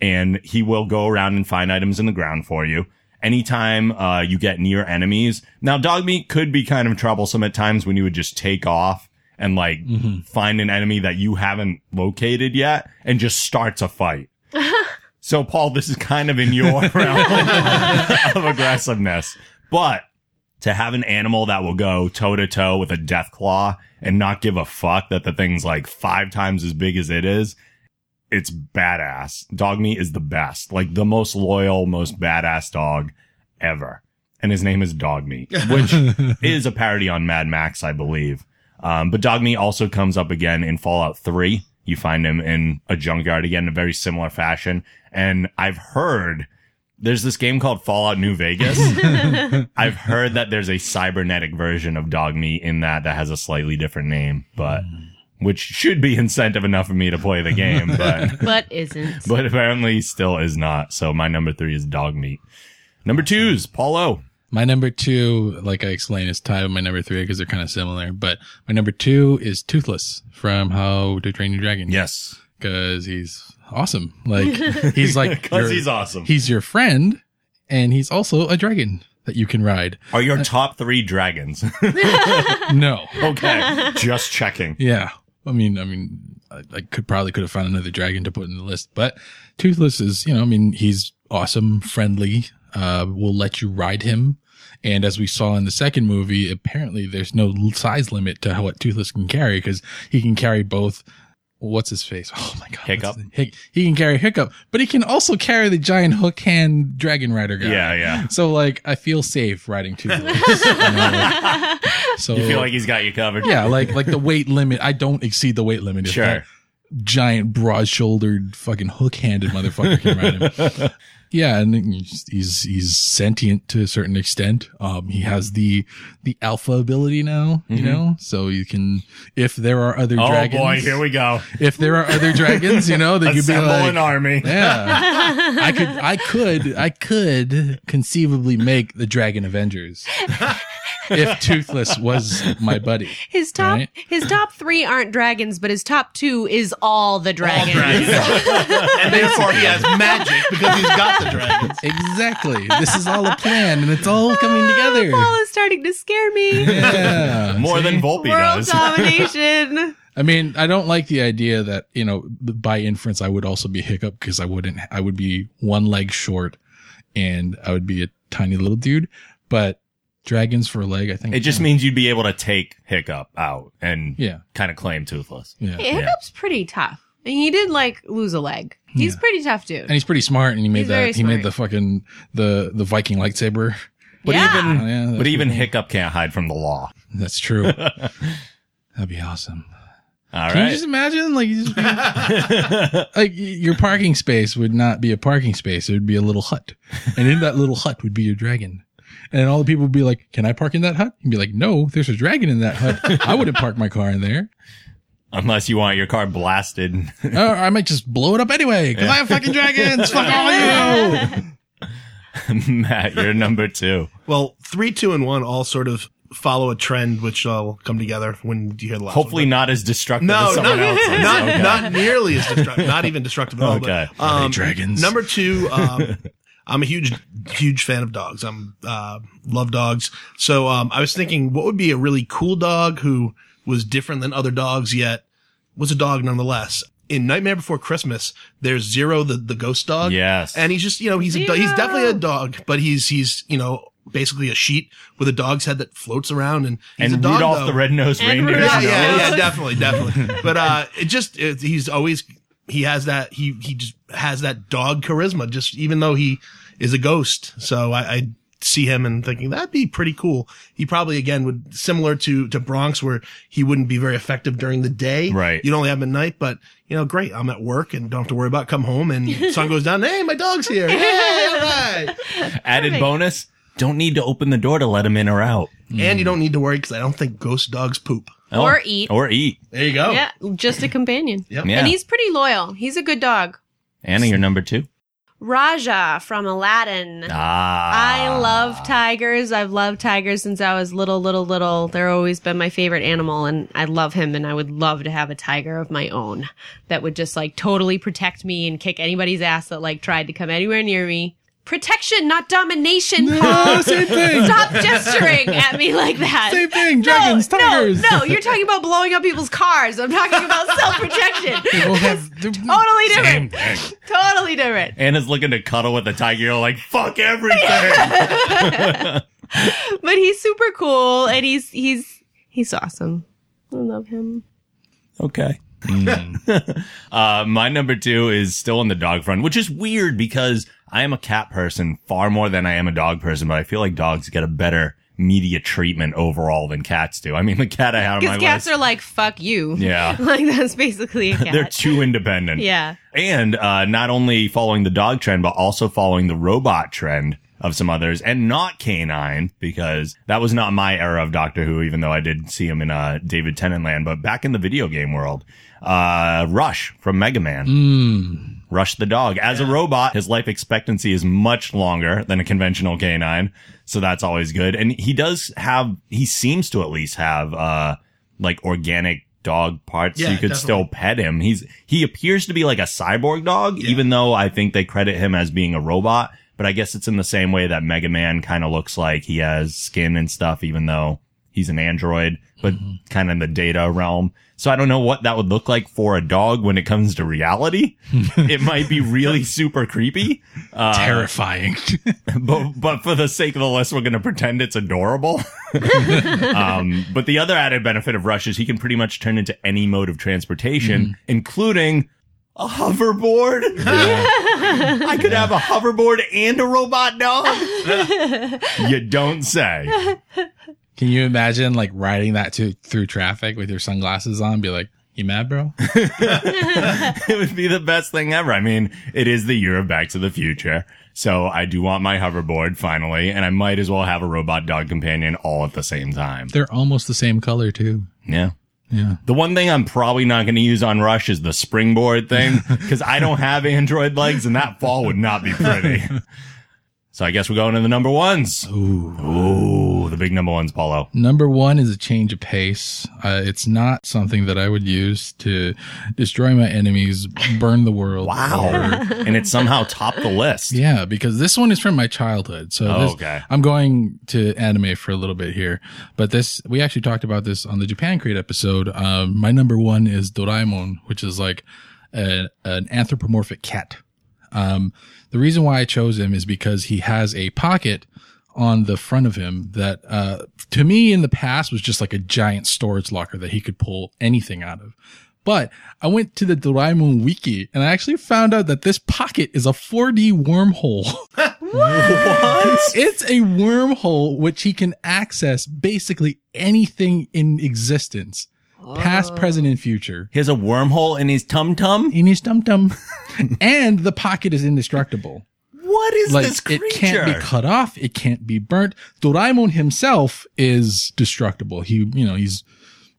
[SPEAKER 2] and he will go around and find items in the ground for you. Anytime uh, you get near enemies, now Dog Meat could be kind of troublesome at times when you would just take off and like find an enemy that you haven't located yet and just starts a fight. So, Paul, this is kind of in your realm of aggressiveness. But to have an animal that will go toe to toe with a death claw and not give a fuck that the thing's like five times as big as it is, it's badass. Dog meat is the best, like the most loyal, most badass dog ever. And his name is Dog Meat, which is a parody on Mad Max, I believe. Um, but Dog Meat also comes up again in Fallout 3 you find him in a junkyard again in a very similar fashion. And I've heard there's this game called Fallout New Vegas. I've heard that there's a cybernetic version of Dog Meat in that that has a slightly different name, but which should be incentive enough for me to play the game, but
[SPEAKER 3] but isn't.
[SPEAKER 2] but apparently still is not. So my number three is dog meat. Number two is Paulo.
[SPEAKER 4] My number two, like I explained, is tied with my number three because they're kind of similar. But my number two is Toothless from How to Train Your Dragon.
[SPEAKER 2] Yes.
[SPEAKER 4] because he's awesome. Like he's like
[SPEAKER 2] 'Cause
[SPEAKER 4] your-
[SPEAKER 2] he's awesome.
[SPEAKER 4] He's your friend, and he's also a dragon that you can ride.
[SPEAKER 2] Are your top three dragons?
[SPEAKER 4] No,
[SPEAKER 2] okay. Just checking.
[SPEAKER 4] yeah. I mean, I mean, I, I could probably could have found another dragon to put in the list, but Toothless is, you know, I mean, he's awesome, friendly. Uh, will let you ride him. And as we saw in the second movie, apparently there's no l- size limit to how what Toothless can carry because he can carry both. What's his face? Oh my god, what's
[SPEAKER 2] Hiccup?
[SPEAKER 4] his name? Hic- he can carry Hiccup, but he can also carry the giant hook hand dragon rider guy.
[SPEAKER 2] Yeah, yeah.
[SPEAKER 4] So like, I feel safe riding Toothless. you know? so
[SPEAKER 2] You feel like he's got you covered.
[SPEAKER 4] yeah, like like the weight limit. I don't exceed the weight limit. If
[SPEAKER 2] Sure.
[SPEAKER 4] that giant, broad-shouldered, fucking hook-handed motherfucker can ride him. Yeah, and he's he's- he's sentient to a certain extent. Um, he has the the alpha ability now. You know, so you can if there are other
[SPEAKER 2] Mm-hmm. Oh
[SPEAKER 4] dragons.
[SPEAKER 2] boy, here we go.
[SPEAKER 4] If there are other dragons, you know, that you'd be
[SPEAKER 2] Assemble
[SPEAKER 4] like,
[SPEAKER 2] an army.
[SPEAKER 4] yeah, I could, I could, I could conceivably make the Dragon Avengers if Toothless was my buddy.
[SPEAKER 3] His top
[SPEAKER 4] Right.
[SPEAKER 3] his top three aren't dragons, but his top two is all the dragons.
[SPEAKER 5] and therefore he has magic because he's got the dragons.
[SPEAKER 4] Exactly. This is all a plan, and it's all coming together.
[SPEAKER 3] Paul is starting to scare me.
[SPEAKER 4] Yeah.
[SPEAKER 2] More than Volpe
[SPEAKER 3] World
[SPEAKER 2] does.
[SPEAKER 3] domination.
[SPEAKER 4] I mean, I don't like the idea that you know by inference I would also be Hiccup because I wouldn't. I would be one leg short, and I would be a tiny little dude. But dragons for a leg, I think
[SPEAKER 2] It just means you'd be able to take Hiccup out and
[SPEAKER 4] Yeah.
[SPEAKER 2] kind of claim Toothless.
[SPEAKER 4] Yeah.
[SPEAKER 3] Hey, Hiccup's pretty tough. And he did like lose a leg. He's pretty tough dude.
[SPEAKER 4] And he's pretty smart, and he made
[SPEAKER 3] He's very
[SPEAKER 4] that. He
[SPEAKER 3] smart.
[SPEAKER 4] made the fucking the the Viking lightsaber.
[SPEAKER 2] But
[SPEAKER 3] Yeah.
[SPEAKER 2] even
[SPEAKER 4] Oh, yeah, that's
[SPEAKER 2] Hmm. but even
[SPEAKER 4] pretty
[SPEAKER 2] Hiccup can't hide from the law.
[SPEAKER 4] That's true. That'd be awesome.
[SPEAKER 2] All
[SPEAKER 4] Can
[SPEAKER 2] right.
[SPEAKER 4] you just imagine, like, you just, like y- your parking space would not be a parking space; it would be a little hut, and in that little hut would be your dragon. And all the people would be like, "Can I park in that hut?" And be like, "No, there's a dragon in that hut. I wouldn't park my car in there.
[SPEAKER 2] Unless you want your car blasted.
[SPEAKER 4] Or I might just blow it up anyway because I have fucking dragons. Fuck all you."
[SPEAKER 2] Matt, you're number two.
[SPEAKER 5] Well, three, two, and one all sort of follow a trend which all come together when you hear the last one.
[SPEAKER 2] Hopefully not as destructive
[SPEAKER 5] No,
[SPEAKER 2] as someone
[SPEAKER 5] not,
[SPEAKER 2] else's.
[SPEAKER 5] not,
[SPEAKER 2] Okay.
[SPEAKER 5] not nearly as destructive. Not even destructive at all. but,
[SPEAKER 2] Okay.
[SPEAKER 5] um,
[SPEAKER 4] dragons?
[SPEAKER 5] Number two, um, I'm a huge, huge fan of dogs. I'm uh, love dogs. So um, I was thinking, what would be a really cool dog who was different than other dogs yet was a dog nonetheless. In Nightmare Before Christmas, there's Zero, the, the ghost dog.
[SPEAKER 2] Yes.
[SPEAKER 5] And he's just, you know, he's a, do- he's
[SPEAKER 3] Zero.
[SPEAKER 5] definitely a dog, but he's, he's, you know, basically a sheet with a dog's head that floats around and he's
[SPEAKER 2] and
[SPEAKER 5] a dog.
[SPEAKER 2] Rudolph
[SPEAKER 5] though
[SPEAKER 2] the Red-Nosed
[SPEAKER 3] And
[SPEAKER 2] Reindeer.
[SPEAKER 5] yeah,
[SPEAKER 3] Rudolph.
[SPEAKER 5] yeah,
[SPEAKER 3] knows.
[SPEAKER 5] yeah, definitely, definitely. But uh, it just it, he's always he has that he he just has that dog charisma. Just even though he is a ghost, so I, I see him and thinking that'd be pretty cool. He probably again would similar to to Bronx where he wouldn't be very effective during the day.
[SPEAKER 2] Right.
[SPEAKER 5] you'd only have him at night. But you know, great, I'm at work and don't have to worry about it. come home and sun goes down. Hey, my dog's here. Hey, all right.
[SPEAKER 2] Added
[SPEAKER 3] Perfect.
[SPEAKER 2] bonus, don't need to open the door to let him in or out. Oh,
[SPEAKER 5] And you don't need to worry because I don't think ghost dogs poop.
[SPEAKER 3] Or eat.
[SPEAKER 2] Or eat.
[SPEAKER 5] There you go.
[SPEAKER 3] Yeah, just a companion.
[SPEAKER 5] Yep.
[SPEAKER 2] Yeah.
[SPEAKER 3] And he's pretty loyal. He's a good dog.
[SPEAKER 2] Anna, you're number two.
[SPEAKER 3] Raja from Aladdin.
[SPEAKER 2] Ah.
[SPEAKER 3] I love tigers. I've loved tigers since I was little, little, little. They're always been my favorite animal, and I love him. And I would love to have a tiger of my own that would just like totally protect me and kick anybody's ass that like tried to come anywhere near me. Protection, not domination. Paul.
[SPEAKER 4] Oh, same thing.
[SPEAKER 3] Stop gesturing at me like that.
[SPEAKER 4] Same thing. Dragons,
[SPEAKER 3] no,
[SPEAKER 4] tigers.
[SPEAKER 3] No, no, you're talking about blowing up people's cars. I'm talking about self protection.
[SPEAKER 4] We'll have-
[SPEAKER 3] totally different. Totally different.
[SPEAKER 2] Anna's looking to cuddle with the tiger. You're like, fuck everything.
[SPEAKER 3] But he's super cool, and he's he's he's awesome. I love him.
[SPEAKER 2] Okay. uh, my number two is still on the dog front, which is weird because I am a cat person far more than I am a dog person, but I feel like dogs get a better media treatment overall than cats do. I mean, the cat I had on my
[SPEAKER 3] Because cats
[SPEAKER 2] list.
[SPEAKER 3] are like, fuck you.
[SPEAKER 2] Yeah.
[SPEAKER 3] like, that's basically a cat.
[SPEAKER 2] they're too independent.
[SPEAKER 3] yeah.
[SPEAKER 2] And uh, not only following the dog trend, but also following the robot trend of some others and not canine because that was not my era of Doctor Who, even though I did see him in uh, David Tennant land. But back in the video game world, uh, Rush from Mega Man.
[SPEAKER 5] Mm.
[SPEAKER 4] Hmm.
[SPEAKER 2] Rush the dog. As a robot, his life expectancy is much longer than a conventional canine. So that's always good. And he does have, he seems to at least have, uh, like organic dog parts. so
[SPEAKER 5] Yeah,
[SPEAKER 2] you could
[SPEAKER 5] definitely.
[SPEAKER 2] still pet him. He's, he appears to be like a cyborg dog, even though I think they credit him as being a robot. But I guess it's in the same way that Mega Man kind of looks like he has skin and stuff, even though he's an android, but kind of in the data realm. So I don't know what that would look like for a dog when it comes to reality. it might be really super creepy,
[SPEAKER 4] Uh, Terrifying.
[SPEAKER 2] but but for the sake of the list, we're going to pretend it's adorable. um, but the other added benefit of Rush is he can pretty much turn into any mode of transportation, including a hoverboard. I could have a hoverboard and a robot dog. you don't say.
[SPEAKER 4] Can you imagine like riding that to through traffic with your sunglasses on? Be like, you mad, bro?
[SPEAKER 2] it would be the best thing ever. I mean, it is the year of Back to the Future. So I do want my hoverboard finally, and I might as well have a robot dog companion all at the same time.
[SPEAKER 4] They're almost the same color too.
[SPEAKER 2] Yeah. Yeah. The one thing I'm probably not going to use on Rush is the springboard thing because I don't have Android legs and that fall would not be pretty. So I guess we're going to the number ones. Ooh, the big number ones, Paulo.
[SPEAKER 4] Number one is a change of pace. Uh, it's not something that I would use to destroy my enemies, burn the world.
[SPEAKER 2] Wow. and it somehow topped the list.
[SPEAKER 4] Yeah, because this one is from my childhood. So
[SPEAKER 2] Oh,
[SPEAKER 4] this-
[SPEAKER 2] okay.
[SPEAKER 4] I'm going to anime for a little bit here, but this we actually talked about this on the Japan Crate episode. Um, my number one is Doraemon, which is like a, an anthropomorphic cat. Um, the reason why I chose him is because he has a pocket on the front of him that, uh, to me in the past was just like a giant storage locker that he could pull anything out of. But I went to the Doraemon wiki and I actually found out that this pocket is a 4D wormhole. It's a wormhole which he can access basically anything in existence, past, present, and future.
[SPEAKER 2] He has a wormhole in his tum tum.
[SPEAKER 4] In his tum tum, and the pocket is indestructible.
[SPEAKER 2] What is
[SPEAKER 4] Like
[SPEAKER 2] this creature?
[SPEAKER 4] it can't be cut off, it can't be burnt. Doraemon himself is destructible. He, you know, he's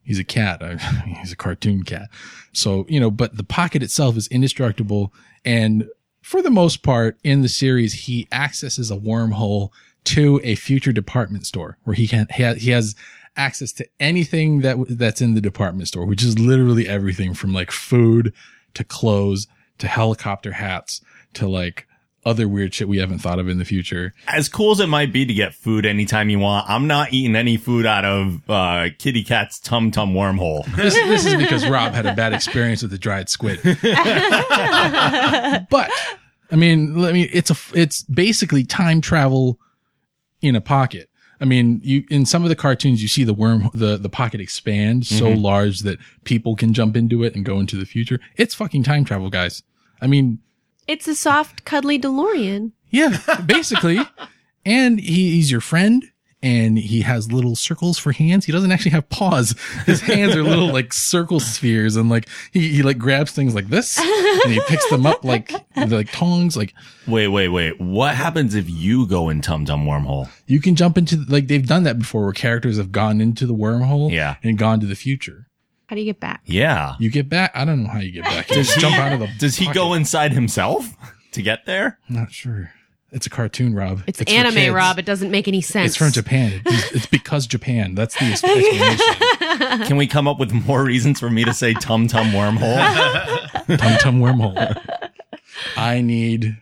[SPEAKER 4] he's a cat. I- he's a cartoon cat. So you know, but the pocket itself is indestructible, and for the most part in the series, he accesses a wormhole to a future department store where he can he has, he has access to anything that w- that's in the department store, which is literally everything from like food to clothes to helicopter hats to like other weird shit we haven't thought of in the future.
[SPEAKER 2] as cool as it might be to get food anytime you want, I'm not eating any food out of uh, Kitty Cat's tum tum wormhole.
[SPEAKER 4] This, this is because Rob had a bad experience with the dried squid. but I mean, let me. It's a. It's basically time travel in a pocket. I mean, you in some of the cartoons you see the worm the the pocket expand so large that people can jump into it and go into the future. It's fucking time travel, guys. I mean,
[SPEAKER 3] It's a soft, cuddly DeLorean.
[SPEAKER 4] yeah, basically. And he, he's your friend and he has little circles for hands. He doesn't actually have paws. His hands are little like circle spheres and like he, he like grabs things like this and he picks them up like with, like tongs. Like
[SPEAKER 2] Wait, wait, wait. What happens if you go in Tum Tum Wormhole?
[SPEAKER 4] you can jump into like they've done that before where characters have gone into the wormhole
[SPEAKER 2] Yeah.
[SPEAKER 4] and gone to the future.
[SPEAKER 3] How do you get back?
[SPEAKER 2] Yeah.
[SPEAKER 4] You get back. I don't know how you get back. You
[SPEAKER 2] Does
[SPEAKER 4] just
[SPEAKER 2] he-
[SPEAKER 4] jump out of the.
[SPEAKER 2] Does he go inside himself to get there?
[SPEAKER 4] I'm not sure. It's a cartoon, Rob.
[SPEAKER 3] It's,
[SPEAKER 4] for kids.
[SPEAKER 3] anime, Rob. It doesn't make any sense.
[SPEAKER 4] It's from Japan. It's, it's because Japan. That's the explanation.
[SPEAKER 3] Uh-huh.
[SPEAKER 2] Can we come up with more reasons for me to say Tum Tum Wormhole?
[SPEAKER 4] Tum Tum Wormhole. I need,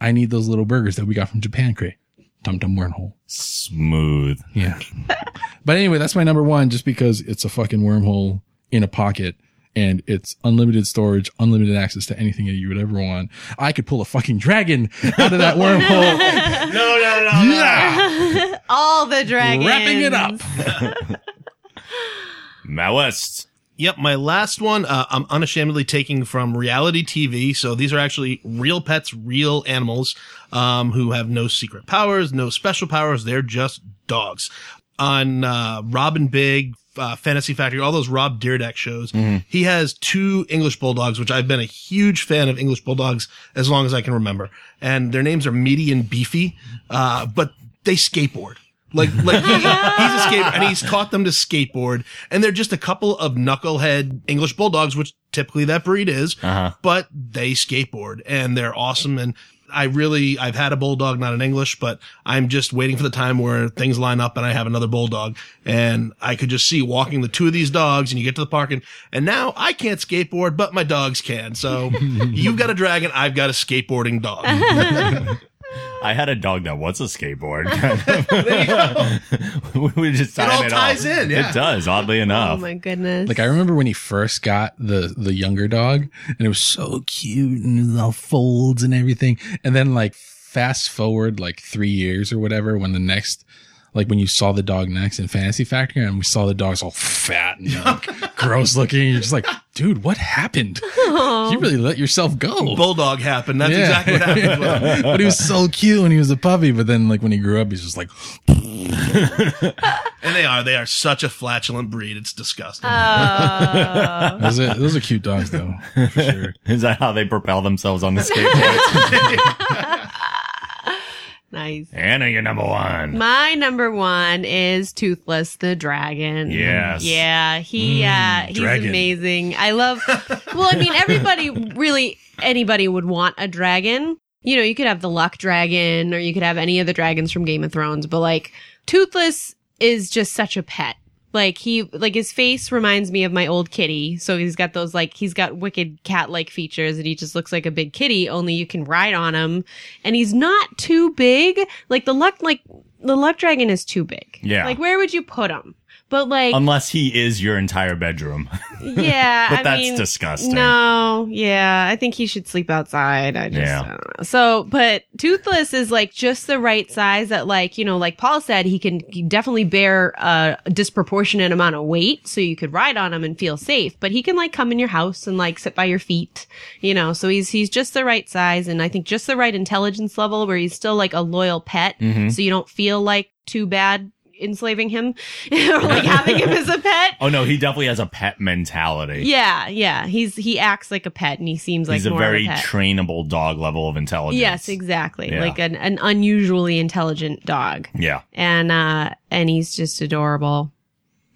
[SPEAKER 4] I need those little burgers that we got from Japan Crate. Tum Tum Wormhole.
[SPEAKER 2] Smooth.
[SPEAKER 4] Yeah. but anyway, that's my number one, just because it's a fucking wormhole in a pocket. And it's unlimited storage, unlimited access to anything that you would ever want. I could pull a fucking dragon out of that wormhole.
[SPEAKER 2] No, no, no.
[SPEAKER 4] yeah,
[SPEAKER 3] All the dragons.
[SPEAKER 4] wrapping it up.
[SPEAKER 2] Maoist.
[SPEAKER 5] Yep, my last one uh, I'm unashamedly taking from reality TV. So these are actually real pets, real animals um, who have no secret powers, no special powers. They're just dogs. On uh, Robin Big, uh, Fantasy Factory, all those Rob Dyrdek shows, he has two English bulldogs, which I've been a huge fan of English bulldogs as long as I can remember. And their names are Meaty and Beefy, uh, but they skateboard. Like, like he- he's a skateboarder and he's taught them to skateboard. And they're just a couple of knucklehead English bulldogs, which typically that breed is, but they skateboard and they're awesome. And I really, I've had a bulldog, not an English, but I'm just waiting for the time where things line up and I have another bulldog and I could just see walking the two of these dogs and you get to the park and, and now I can't skateboard, but my dogs can. So you've got a dragon. I've got a skateboarding dog.
[SPEAKER 2] I had a dog that was a skateboard. we just
[SPEAKER 5] It all
[SPEAKER 2] tied
[SPEAKER 5] ties
[SPEAKER 2] off.
[SPEAKER 5] in, yeah.
[SPEAKER 2] It does, oddly
[SPEAKER 3] Oh
[SPEAKER 2] enough.
[SPEAKER 3] my goodness.
[SPEAKER 4] Like I remember when he first got the the younger dog, and it was so cute and it was all folds and everything. And then like fast forward like three years or whatever, when the next like when you saw the dog next in Fantasy Factory, and we saw the dogs all fat and like, gross looking, and you're just like, dude, what happened? You really let yourself go.
[SPEAKER 5] Bulldog happened. That's
[SPEAKER 4] Yeah.
[SPEAKER 5] exactly what happened. with him.
[SPEAKER 4] but he was so cute when he was a puppy, but then like when he grew up, he's just like,
[SPEAKER 5] And they are. They are such a flatulent breed. It's disgusting.
[SPEAKER 3] Uh. oh.
[SPEAKER 4] those are, those are cute dogs though, for sure.
[SPEAKER 2] Is that how they propel themselves on the skateboard?
[SPEAKER 3] nice.
[SPEAKER 2] Anna, you're number one.
[SPEAKER 3] My number one is Toothless the Dragon.
[SPEAKER 2] Yes.
[SPEAKER 3] Yeah. He uh he's
[SPEAKER 5] dragon.
[SPEAKER 3] amazing. I love Well, I mean everybody really anybody would want a dragon. You know, you could have the luck dragon or you could have any of the dragons from Game of Thrones, but like Toothless is just such a pet. Like he like his face reminds me of my old kitty. So he's got those like he's got wicked cat like features and he just looks like a big kitty, only you can ride on him. And he's not too big. Like the luck like the luck dragon is too big.
[SPEAKER 2] Yeah.
[SPEAKER 3] Like where would you put him? But like
[SPEAKER 2] Unless he is your entire bedroom.
[SPEAKER 3] yeah,
[SPEAKER 2] But
[SPEAKER 3] I
[SPEAKER 2] that's
[SPEAKER 3] mean,
[SPEAKER 2] disgusting.
[SPEAKER 3] No, yeah, I think he should sleep outside. I just
[SPEAKER 2] Yeah.
[SPEAKER 3] I don't know. So, but toothless is like just the right size that, like you know, like Paul said, he can he definitely bear a disproportionate amount of weight, so you could ride on him and feel safe. But he can like come in your house and like sit by your feet, you know. So he's he's just the right size, and I think just the right intelligence level where he's still like a loyal pet,
[SPEAKER 2] Mm-hmm.
[SPEAKER 3] so you don't feel like too bad enslaving him or like having him as a pet.
[SPEAKER 2] Oh no, he definitely has a pet mentality.
[SPEAKER 3] Yeah, yeah. He's he acts like a pet, and he seems like
[SPEAKER 2] He's a
[SPEAKER 3] more
[SPEAKER 2] very
[SPEAKER 3] of a pet.
[SPEAKER 2] trainable dog level of intelligence.
[SPEAKER 3] yes, exactly.
[SPEAKER 2] Yeah.
[SPEAKER 3] Like an, an unusually intelligent dog,
[SPEAKER 2] Yeah.
[SPEAKER 3] and uh, and he's just adorable.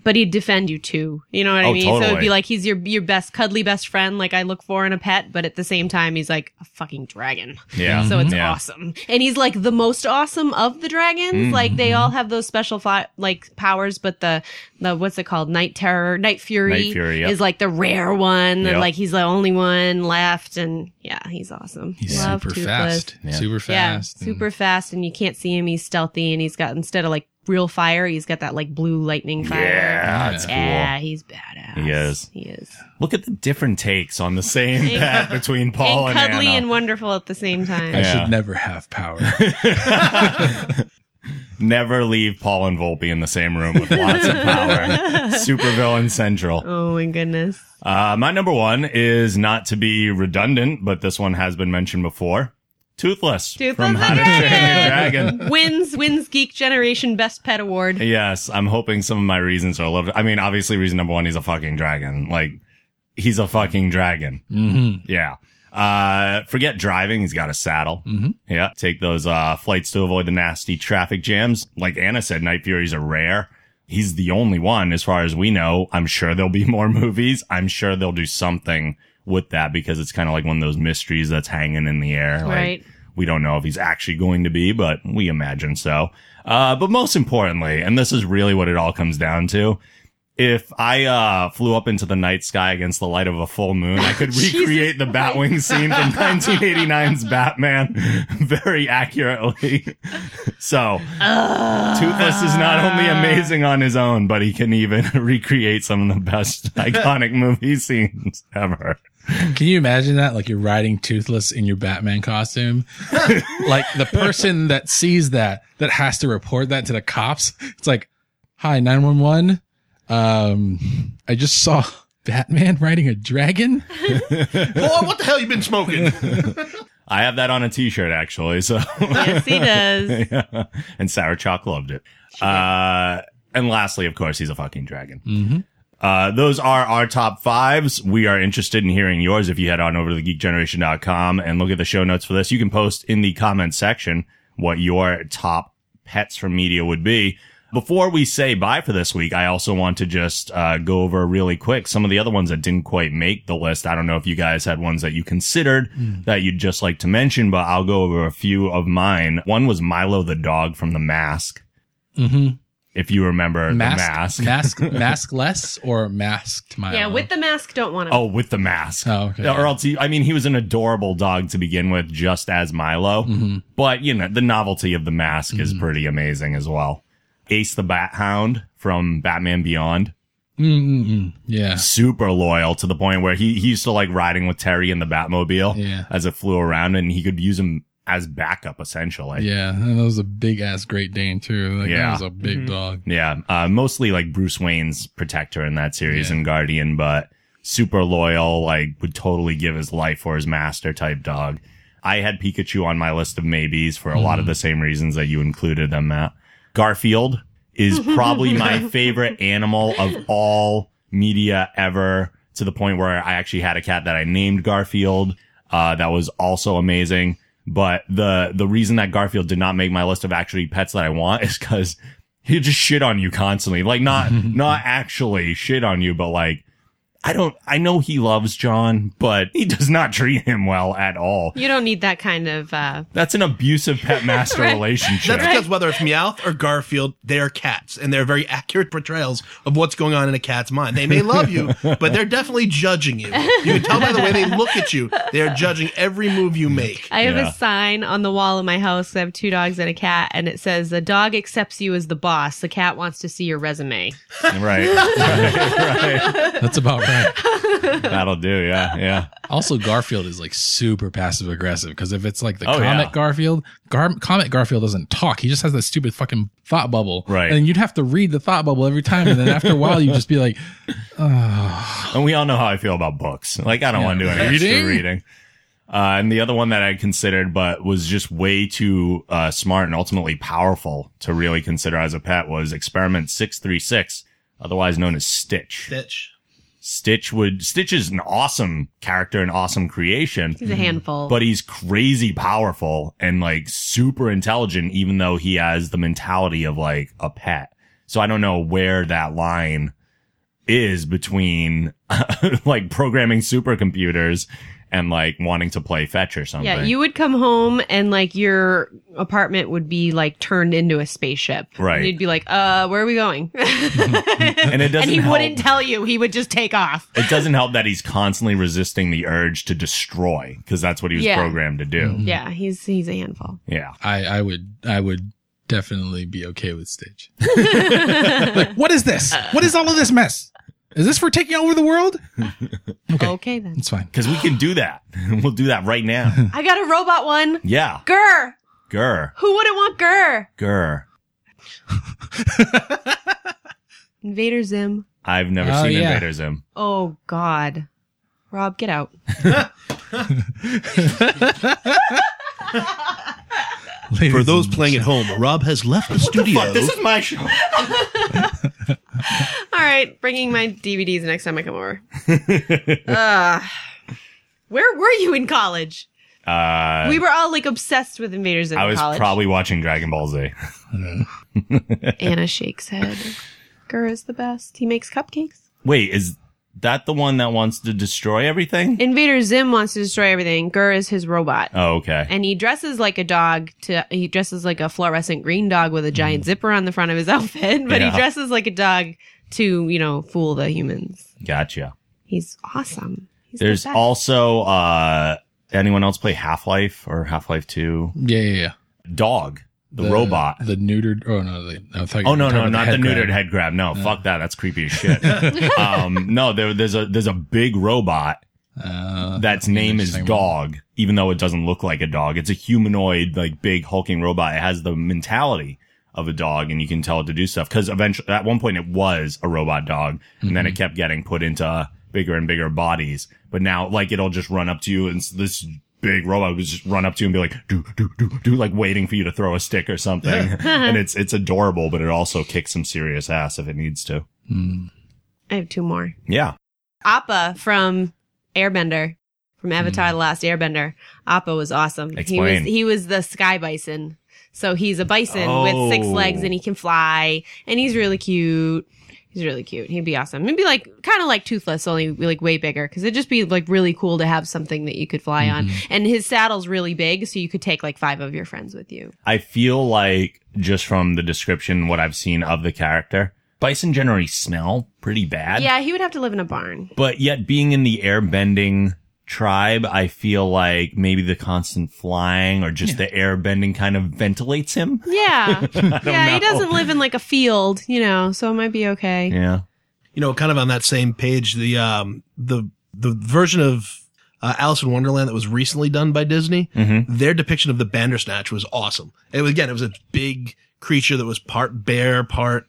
[SPEAKER 3] But he'd defend you too. You know what I
[SPEAKER 2] Oh,
[SPEAKER 3] mean? So it'd
[SPEAKER 2] totally.
[SPEAKER 3] be like he's your your best cuddly best friend, like I look for in a pet. But at the same time, he's like a fucking dragon.
[SPEAKER 2] Yeah.
[SPEAKER 3] So it's
[SPEAKER 2] Mm-hmm. yeah.
[SPEAKER 3] awesome. And he's like the most awesome of the dragons.
[SPEAKER 2] Mm-hmm.
[SPEAKER 3] Like they all have those special fi- like powers, but the the what's it called? Night Terror, Night Fury,
[SPEAKER 2] Night Fury, yep.
[SPEAKER 3] is like the rare one
[SPEAKER 2] Yep.
[SPEAKER 3] and like he's the only one left and yeah, he's awesome.
[SPEAKER 4] He's
[SPEAKER 3] Love
[SPEAKER 4] super
[SPEAKER 3] Toothless.
[SPEAKER 4] fast,
[SPEAKER 2] Yeah.
[SPEAKER 4] super fast,
[SPEAKER 3] Yeah,
[SPEAKER 4] and-
[SPEAKER 3] super fast and you can't see him. He's stealthy and he's got instead of like real fire, he's got that like blue lightning fire.
[SPEAKER 2] Yeah, it's cool.
[SPEAKER 3] Yeah, he's badass.
[SPEAKER 2] He is.
[SPEAKER 3] He is.
[SPEAKER 2] Look at the different takes on the same pet between Paul
[SPEAKER 3] and
[SPEAKER 2] Oh, and,
[SPEAKER 3] cuddly
[SPEAKER 2] Anna.
[SPEAKER 3] and wonderful at the same time.
[SPEAKER 4] I
[SPEAKER 2] Yeah.
[SPEAKER 4] should never have power.
[SPEAKER 2] Never leave Paul and Volpe in the same room with lots of power. Supervillain Central.
[SPEAKER 3] oh my goodness.
[SPEAKER 2] Uh, my number one is not to be redundant, but this one has been mentioned before. Toothless,
[SPEAKER 3] Toothless
[SPEAKER 2] from
[SPEAKER 3] the
[SPEAKER 2] How to Train Your
[SPEAKER 3] Dragon.
[SPEAKER 2] Dragon.
[SPEAKER 3] wins wins Geek Generation Best Pet Award.
[SPEAKER 2] Yes, I'm hoping some of my reasons are loved. I mean, obviously, reason number one, he's a fucking dragon. Like, he's a fucking dragon.
[SPEAKER 4] Mhm.
[SPEAKER 2] Yeah. Uh, forget driving. He's got a saddle.
[SPEAKER 4] Mhm.
[SPEAKER 2] Yeah. Take those, uh, flights to avoid the nasty traffic jams. Like Anna said, Night Furies are rare. He's the only one, as far as we know. I'm sure there'll be more movies. I'm sure they'll do something with that because it's kind of like one of those mysteries that's hanging in the air. Like,
[SPEAKER 3] Right.
[SPEAKER 2] we don't know if he's actually going to be, but we imagine so. Uh, but most importantly, and this is really what it all comes down to. If I uh, flew up into the night sky against the light of a full moon, I could recreate the Batwing scene from 1989's Batman very accurately. so, Toothless is not only amazing on his own, but he can even recreate some of the best iconic movie scenes ever.
[SPEAKER 4] Can you imagine that? Like you're riding toothless in your Batman costume. like the person that sees that that has to report that to the cops. It's like, hi, nine one one. Um, I just saw Batman riding a dragon?
[SPEAKER 5] Boy, what the hell you been smoking?
[SPEAKER 2] I have that on a T-shirt actually. So
[SPEAKER 3] yes, he does.
[SPEAKER 2] and Sour Chalk loved it. Uh, and lastly, of course, he's a fucking dragon.
[SPEAKER 4] Mm-hmm.
[SPEAKER 2] Uh, those are our top fives. We are interested in hearing yours. If you head on over to thegeekgeneration.com and look at the show notes for this, you can post in the comment section what your top pets from media would be. Before we say bye for this week, I also want to just uh, go over really quick some of the other ones that didn't quite make the list. I don't know if you guys had ones that you considered
[SPEAKER 4] Hmm.
[SPEAKER 2] that you'd just like to mention, but I'll go over a few of mine. One was Milo the dog from The Mask.
[SPEAKER 4] Mm-hmm.
[SPEAKER 2] If you remember The
[SPEAKER 4] Mask,
[SPEAKER 2] Mask.
[SPEAKER 4] mask, maskless or masked Milo?
[SPEAKER 3] Yeah, with the mask, don't want to.
[SPEAKER 2] Oh, with the mask.
[SPEAKER 4] Oh, okay.
[SPEAKER 2] Or else, he, I mean, he was an adorable dog to begin with, just as Milo. But, you know, the novelty of the mask is pretty amazing as well. Ace the Bat Hound from Batman Beyond.
[SPEAKER 4] Mm-mm-mm. Mm-hmm. Yeah.
[SPEAKER 2] Super loyal to the point where he, he used to like riding with Terry in the Batmobile
[SPEAKER 4] Yeah.
[SPEAKER 2] as it flew around and he could use him as backup essentially.
[SPEAKER 4] Yeah. And that was a big ass Great Dane, too. Like,
[SPEAKER 2] Yeah.
[SPEAKER 4] That was a big
[SPEAKER 3] Mm-hmm.
[SPEAKER 4] dog.
[SPEAKER 2] Yeah. Uh, mostly like Bruce Wayne's protector in that series and guardian, but super loyal, like would totally give his life for his master type dog. I had Pikachu on my list of maybes for a lot of the same reasons that you included them, Matt. Garfield is probably my favorite animal of all media ever to the point where I actually had a cat that I named Garfield. Uh, that was also amazing. But the, the reason that Garfield did not make my list of actually pets that I want is because he just shit on you constantly. Like not, not actually shit on you, but like, I don't, I know he loves John, but he does not treat him well at all.
[SPEAKER 3] You don't need that kind of. Uh,
[SPEAKER 2] That's an abusive pet master
[SPEAKER 3] Right.
[SPEAKER 2] relationship.
[SPEAKER 5] That's because whether it's Meowth or Garfield, they are cats, and they're very accurate portrayals of what's going on in a cat's mind. They may love you, but they're definitely judging you. You can tell by the way they look at you; they are judging every move you make.
[SPEAKER 3] I have
[SPEAKER 2] Yeah.
[SPEAKER 3] a sign on the wall of my house. I have two dogs and a cat, and it says, "The dog accepts you as the boss. The cat wants to see your resume."
[SPEAKER 2] right.
[SPEAKER 4] That's about right.
[SPEAKER 2] That'll do. Yeah. Yeah.
[SPEAKER 4] Also, Garfield is like super passive aggressive because if it's like the
[SPEAKER 2] Oh,
[SPEAKER 4] comic
[SPEAKER 2] yeah.
[SPEAKER 4] Garfield, Gar- comic Garfield doesn't talk. He just has that stupid fucking thought bubble.
[SPEAKER 2] Right.
[SPEAKER 4] And you'd have to read the thought bubble every time. And then after a while, you'd just be like,
[SPEAKER 2] And we all know how I feel about books. Like I don't want to do any reading.
[SPEAKER 4] Reading?
[SPEAKER 2] Extra reading. Uh, and the other one that I considered, but was just way too uh, smart and ultimately powerful to really consider as a pet, was Experiment Six Three Six, otherwise known as Stitch.
[SPEAKER 5] Stitch.
[SPEAKER 2] Stitch would Stitch is an awesome character, an awesome creation,
[SPEAKER 3] He's a handful.
[SPEAKER 2] Hmm. but he's crazy powerful and like super intelligent, even though he has the mentality of like a pet. So I don't know where that line is between like programming supercomputers and like wanting to play fetch or something.
[SPEAKER 3] yeah, you would come home and like your apartment would be like turned into a spaceship.
[SPEAKER 2] Right.
[SPEAKER 3] And you'd be like, "Uh, where are we going?" and
[SPEAKER 2] it doesn't
[SPEAKER 3] he
[SPEAKER 2] help.
[SPEAKER 3] wouldn't tell you. He would just take off.
[SPEAKER 2] it doesn't help that he's constantly resisting the urge to destroy because that's what he was
[SPEAKER 3] Yeah.
[SPEAKER 2] programmed to do.
[SPEAKER 3] Yeah, he's he's a handful.
[SPEAKER 2] Yeah.
[SPEAKER 4] I, I would, I would definitely be okay with Stitch. like, what is this? What is all of this mess? Is this for taking over the world? Okay.
[SPEAKER 3] Okay, then.
[SPEAKER 4] It's fine.
[SPEAKER 2] Because we can do that. we'll do that right now.
[SPEAKER 3] I got a robot one.
[SPEAKER 2] Yeah.
[SPEAKER 3] Grr.
[SPEAKER 2] Grr.
[SPEAKER 3] Who wouldn't want Grr?
[SPEAKER 2] Grr.
[SPEAKER 3] Invader Zim.
[SPEAKER 2] I've never
[SPEAKER 4] Oh,
[SPEAKER 2] seen
[SPEAKER 4] yeah.
[SPEAKER 2] Invader Zim.
[SPEAKER 3] Oh God. Rob, get out.
[SPEAKER 5] For those playing at home, Rob has left the studio.
[SPEAKER 2] my show.
[SPEAKER 3] All right, bringing my DVDs next time I come over. Ugh. where were you in college?
[SPEAKER 2] Uh,
[SPEAKER 3] we were all like obsessed with Invader Zim.
[SPEAKER 2] I
[SPEAKER 3] in
[SPEAKER 2] was
[SPEAKER 3] college.
[SPEAKER 2] probably watching Dragon Ball Z.
[SPEAKER 3] Anna shakes head. Gur is the best. He makes cupcakes.
[SPEAKER 2] Wait, is that the one that wants to destroy everything?
[SPEAKER 3] Invader Zim wants to destroy everything. Gur is his robot.
[SPEAKER 2] Oh, okay.
[SPEAKER 3] And he dresses like a dog to he dresses like a fluorescent green dog with a giant zipper on the front of his outfit, but
[SPEAKER 2] Mm. Yeah.
[SPEAKER 3] he dresses like a dog to, you know, fool the humans.
[SPEAKER 2] Gotcha.
[SPEAKER 3] He's awesome. He's the
[SPEAKER 2] There's
[SPEAKER 3] best.
[SPEAKER 2] also uh anyone else play Half Life or Half Life Two?
[SPEAKER 4] Yeah, yeah, yeah.
[SPEAKER 2] Dog, the, robot.
[SPEAKER 4] The neutered. Oh, no. The, I thought you
[SPEAKER 2] Oh
[SPEAKER 4] were
[SPEAKER 2] no
[SPEAKER 4] talking
[SPEAKER 2] no
[SPEAKER 4] about
[SPEAKER 2] not the,
[SPEAKER 4] crab.
[SPEAKER 2] neutered head grab no fuck that that's creepy as shit um, no there, there's a there's a big robot
[SPEAKER 4] Uh,
[SPEAKER 2] that's name is
[SPEAKER 4] interesting.
[SPEAKER 2] dog even though it doesn't look like a dog it's a humanoid like big hulking robot it has the mentality of a dog and you can tell it to do stuff because eventually at one point it was a robot dog and then it kept getting put into uh, bigger and bigger bodies. But now, like, it'll just run up to you and s- this big robot would just run up to you and be like, do, do, do, do, like waiting for you to throw a stick or something. and it's, it's adorable, but it also kicks some serious ass if it needs to.
[SPEAKER 4] Hmm.
[SPEAKER 3] I have two more.
[SPEAKER 2] Yeah.
[SPEAKER 3] Appa from Airbender, from Avatar: The Last Airbender. Appa was awesome. He
[SPEAKER 2] Hmm. Explain.
[SPEAKER 3] was he was the sky bison. So he's a bison
[SPEAKER 2] Oh.
[SPEAKER 3] with six legs and he can fly and he's really cute. He's really cute. He'd be awesome. It'd be like kind of like toothless, only like way bigger. Because it'd just be like really cool to have something that you could fly on.
[SPEAKER 2] Mm-hmm.
[SPEAKER 3] And his saddle's really big, so you could take like five of your friends with you.
[SPEAKER 2] I feel like just from the description, what I've seen of the character, bison generally smell pretty bad.
[SPEAKER 3] yeah, he would have to live in a barn.
[SPEAKER 2] But yet being in the airbending tribe, I feel like maybe the constant flying or just the airbending kind of ventilates him.
[SPEAKER 3] Yeah, yeah. He
[SPEAKER 2] know.
[SPEAKER 3] doesn't live in like a field, you know, so it might be okay.
[SPEAKER 2] Yeah.
[SPEAKER 5] you know, kind of on that same page, the um the the version of uh, Alice in Wonderland that was recently done by Disney,
[SPEAKER 2] Mm-hmm.
[SPEAKER 5] their depiction of the Bandersnatch was awesome. It was again, it was a big creature that was part bear, part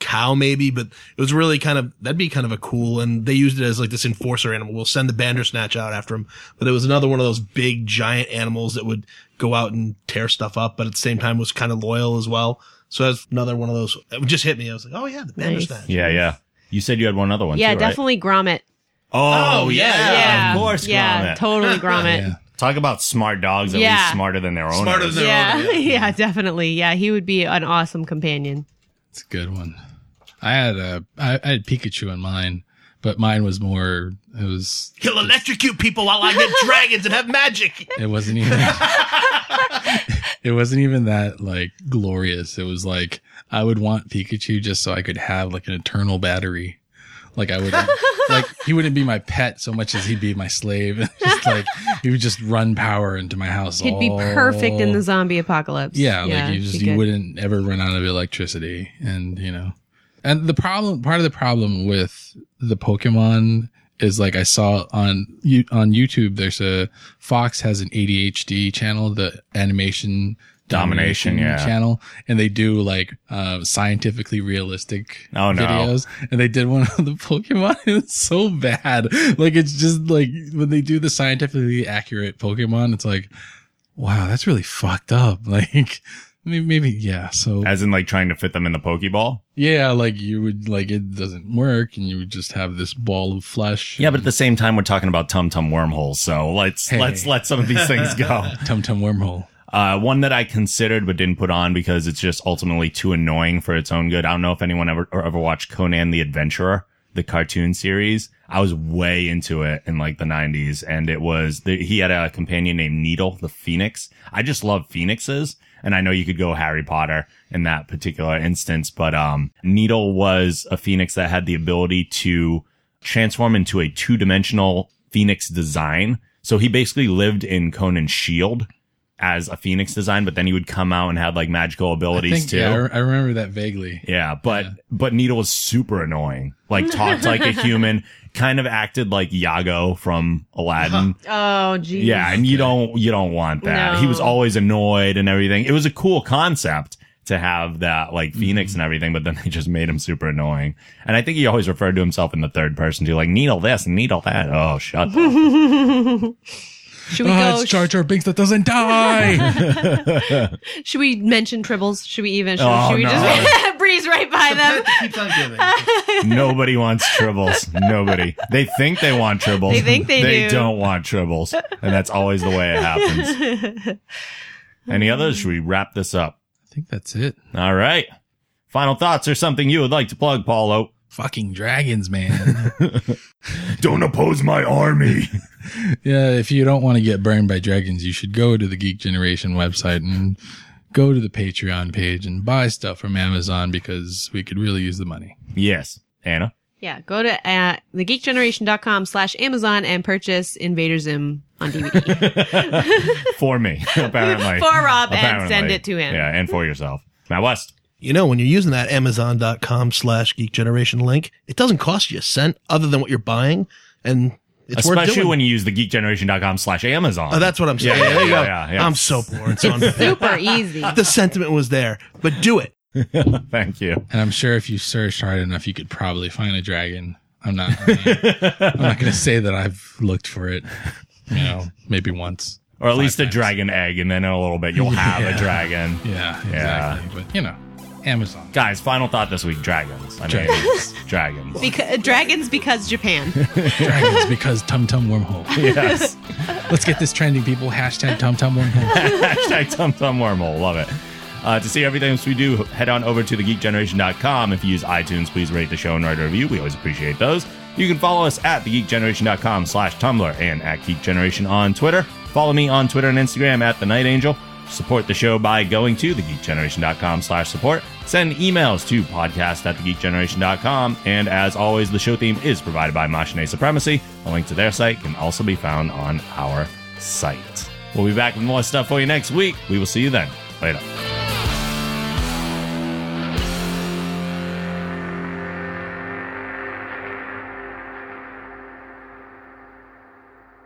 [SPEAKER 5] cow, maybe, but it was really kind of that'd be kind of a cool. And they used it as like this enforcer animal. We'll send the Bandersnatch out after him, but it was another one of those big giant animals that would go out and tear stuff up, but at the same time was kind of loyal as well. So that's another one of those. It just hit me. I was like, oh yeah, the Bandersnatch.
[SPEAKER 2] Yeah. Yeah. You said you had one other one.
[SPEAKER 3] yeah,
[SPEAKER 2] too, right?
[SPEAKER 3] definitely Gromit.
[SPEAKER 2] Oh,
[SPEAKER 5] Oh,
[SPEAKER 2] yeah,
[SPEAKER 5] yeah,
[SPEAKER 3] yeah,
[SPEAKER 2] Of course,
[SPEAKER 3] yeah,
[SPEAKER 2] Gromit.
[SPEAKER 3] totally Gromit.
[SPEAKER 4] Yeah.
[SPEAKER 2] Talk about smart dogs, at
[SPEAKER 3] Yeah.
[SPEAKER 2] least smarter than their owners.
[SPEAKER 5] Smarter than-
[SPEAKER 3] Yeah,
[SPEAKER 5] Yeah.
[SPEAKER 3] yeah, definitely. Yeah, he would be an awesome companion.
[SPEAKER 4] It's a good one. I had a I, I had Pikachu in mine, but mine was more it was
[SPEAKER 5] He'll electrocute people while I get dragons and have magic.
[SPEAKER 4] it wasn't even it wasn't even that like glorious. It was like I would want Pikachu just so I could have like an eternal battery. Like I would like he wouldn't be my pet so much as he'd be my slave. just like he would just run power into my house.
[SPEAKER 3] He'd
[SPEAKER 2] Oh.
[SPEAKER 3] be perfect in
[SPEAKER 4] all-
[SPEAKER 3] the zombie apocalypse.
[SPEAKER 4] Yeah, like you just
[SPEAKER 3] he
[SPEAKER 4] you
[SPEAKER 3] could.
[SPEAKER 4] wouldn't ever run out of electricity, and you know, and the problem, part of the problem with the Pokemon is like I saw on you on YouTube. There's a Fox has an ADHD channel, the animation
[SPEAKER 2] Domination, yeah.
[SPEAKER 4] channel, and they do like uh, scientifically realistic
[SPEAKER 2] Oh, no.
[SPEAKER 4] videos, and they did one on the Pokemon. It's so bad. Like it's just like when they do the scientifically accurate Pokemon, it's like wow, that's really fucked up. Like maybe, maybe yeah. So
[SPEAKER 2] As in, like trying to fit them in the Pokeball.
[SPEAKER 4] yeah, like you would like it doesn't work, and you would just have this ball of flesh.
[SPEAKER 2] Yeah, but at the same time, we're talking about Tum Tum wormholes, so let's
[SPEAKER 4] Hey.
[SPEAKER 2] let's let some of these things go.
[SPEAKER 4] Tum Tum Wormhole.
[SPEAKER 2] Uh, one that I considered but didn't put on because it's just ultimately too annoying for its own good. I don't know if anyone ever or ever watched Conan the Adventurer, the cartoon series. I was way into it in like the nineties and it was, the, he had a companion named Needle, the Phoenix. I just love Phoenixes. And I know you could go Harry Potter in that particular instance, but, um, Needle was a Phoenix that had the ability to transform into a two dimensional Phoenix design. So he basically lived in Conan's shield as a Phoenix design, but then he would come out and had like magical
[SPEAKER 4] I
[SPEAKER 2] abilities
[SPEAKER 4] think
[SPEAKER 2] too.
[SPEAKER 4] yeah, I,
[SPEAKER 2] Yeah.
[SPEAKER 4] re- I remember that vaguely.
[SPEAKER 2] but but Needle was super annoying. Like talked like a human, kind of acted like Yago from Aladdin.
[SPEAKER 4] Uh-huh.
[SPEAKER 3] Oh, geez.
[SPEAKER 2] Yeah, and you don't you don't want that.
[SPEAKER 3] No.
[SPEAKER 2] He was always annoyed and everything. It was a cool concept to have that
[SPEAKER 4] Mm-hmm.
[SPEAKER 2] like Phoenix and everything, but then they just made him super annoying. And I think he always referred to himself in the third person too, like needle this and needle that. Oh, shut up.
[SPEAKER 3] Should we
[SPEAKER 4] Ah,
[SPEAKER 3] go?
[SPEAKER 4] it's Jar Jar Binks that doesn't die.
[SPEAKER 3] should we mention tribbles? Should we even? Should,
[SPEAKER 2] Oh,
[SPEAKER 3] should we
[SPEAKER 2] no.
[SPEAKER 3] just breeze right by them?
[SPEAKER 5] keeps on giving.
[SPEAKER 2] Nobody wants tribbles. Nobody. They think they want tribbles.
[SPEAKER 3] They think they
[SPEAKER 2] They
[SPEAKER 3] do.
[SPEAKER 2] not want tribbles, and that's always the way it happens. Any others? Should we wrap this up?
[SPEAKER 4] I think that's it.
[SPEAKER 2] All right. Final thoughts or something you would like to plug, Paulo?
[SPEAKER 4] Fucking dragons, man.
[SPEAKER 2] Don't oppose my army.
[SPEAKER 4] yeah, if you don't want to get burned by dragons, you should go to the Geek Generation website and go to the Patreon page and buy stuff from Amazon because we could really use the money.
[SPEAKER 2] yes, Anna.
[SPEAKER 3] yeah, go to uh, thegeekgeneration.com slash Amazon and purchase Invader Zim on DVD.
[SPEAKER 2] For me, apparently.
[SPEAKER 3] For Rob and
[SPEAKER 2] Apparently.
[SPEAKER 3] send it to him.
[SPEAKER 2] Yeah, and for yourself. Matt West.
[SPEAKER 5] You know, when you're using that Amazon.com slash Geek Generation link, it doesn't cost you a cent other than what you're buying, and it's worth
[SPEAKER 2] Especially
[SPEAKER 5] doing.
[SPEAKER 2] when you use the geekgeneration.com slash Amazon.
[SPEAKER 5] oh, that's what I'm saying.
[SPEAKER 2] Yeah, yeah,
[SPEAKER 5] there you
[SPEAKER 2] yeah,
[SPEAKER 5] go.
[SPEAKER 2] yeah, yeah.
[SPEAKER 5] I'm so bored. So unfair.
[SPEAKER 3] Super easy.
[SPEAKER 5] the sentiment was there, but do it.
[SPEAKER 2] Thank you.
[SPEAKER 4] And I'm sure if you searched hard enough, you could probably find a dragon I'm not. I am not going to say that I've looked for it. You know, maybe once.
[SPEAKER 2] or at least a
[SPEAKER 4] times.
[SPEAKER 2] dragon egg, and then in a little bit you'll have a
[SPEAKER 4] Yeah.
[SPEAKER 2] dragon.
[SPEAKER 4] Yeah,
[SPEAKER 2] Yeah.
[SPEAKER 4] exactly. But you know, Amazon.
[SPEAKER 2] Guys, final thought this week: dragons. I mean,
[SPEAKER 4] Dragons.
[SPEAKER 2] it's dragons.
[SPEAKER 3] Because dragons, because Japan.
[SPEAKER 4] Dragons because Tum Tum Wormhole.
[SPEAKER 2] yes.
[SPEAKER 4] Let's get this trending, people. Hashtag Tum Tum Wormhole.
[SPEAKER 2] Hashtag Tum Tum Wormhole. Love it. Uh, to see everything else we do, head on over to thegeekgeneration.com. If you use iTunes, please rate the show and write a review. We always appreciate those. You can follow us at thegeekgeneration.com slash Tumblr and at Geek Generation on Twitter. Follow me on Twitter and Instagram at The Night Angel. Support the show by going to thegeekgeneration.com slash support. Send emails to podcast at thegeekgeneration.com. And as always, the show theme is provided by Machine Supremacy. A link to their site can also be found on our site. We'll be back with more stuff for you next week. We will see you then. Later.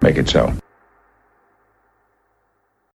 [SPEAKER 6] Make it so.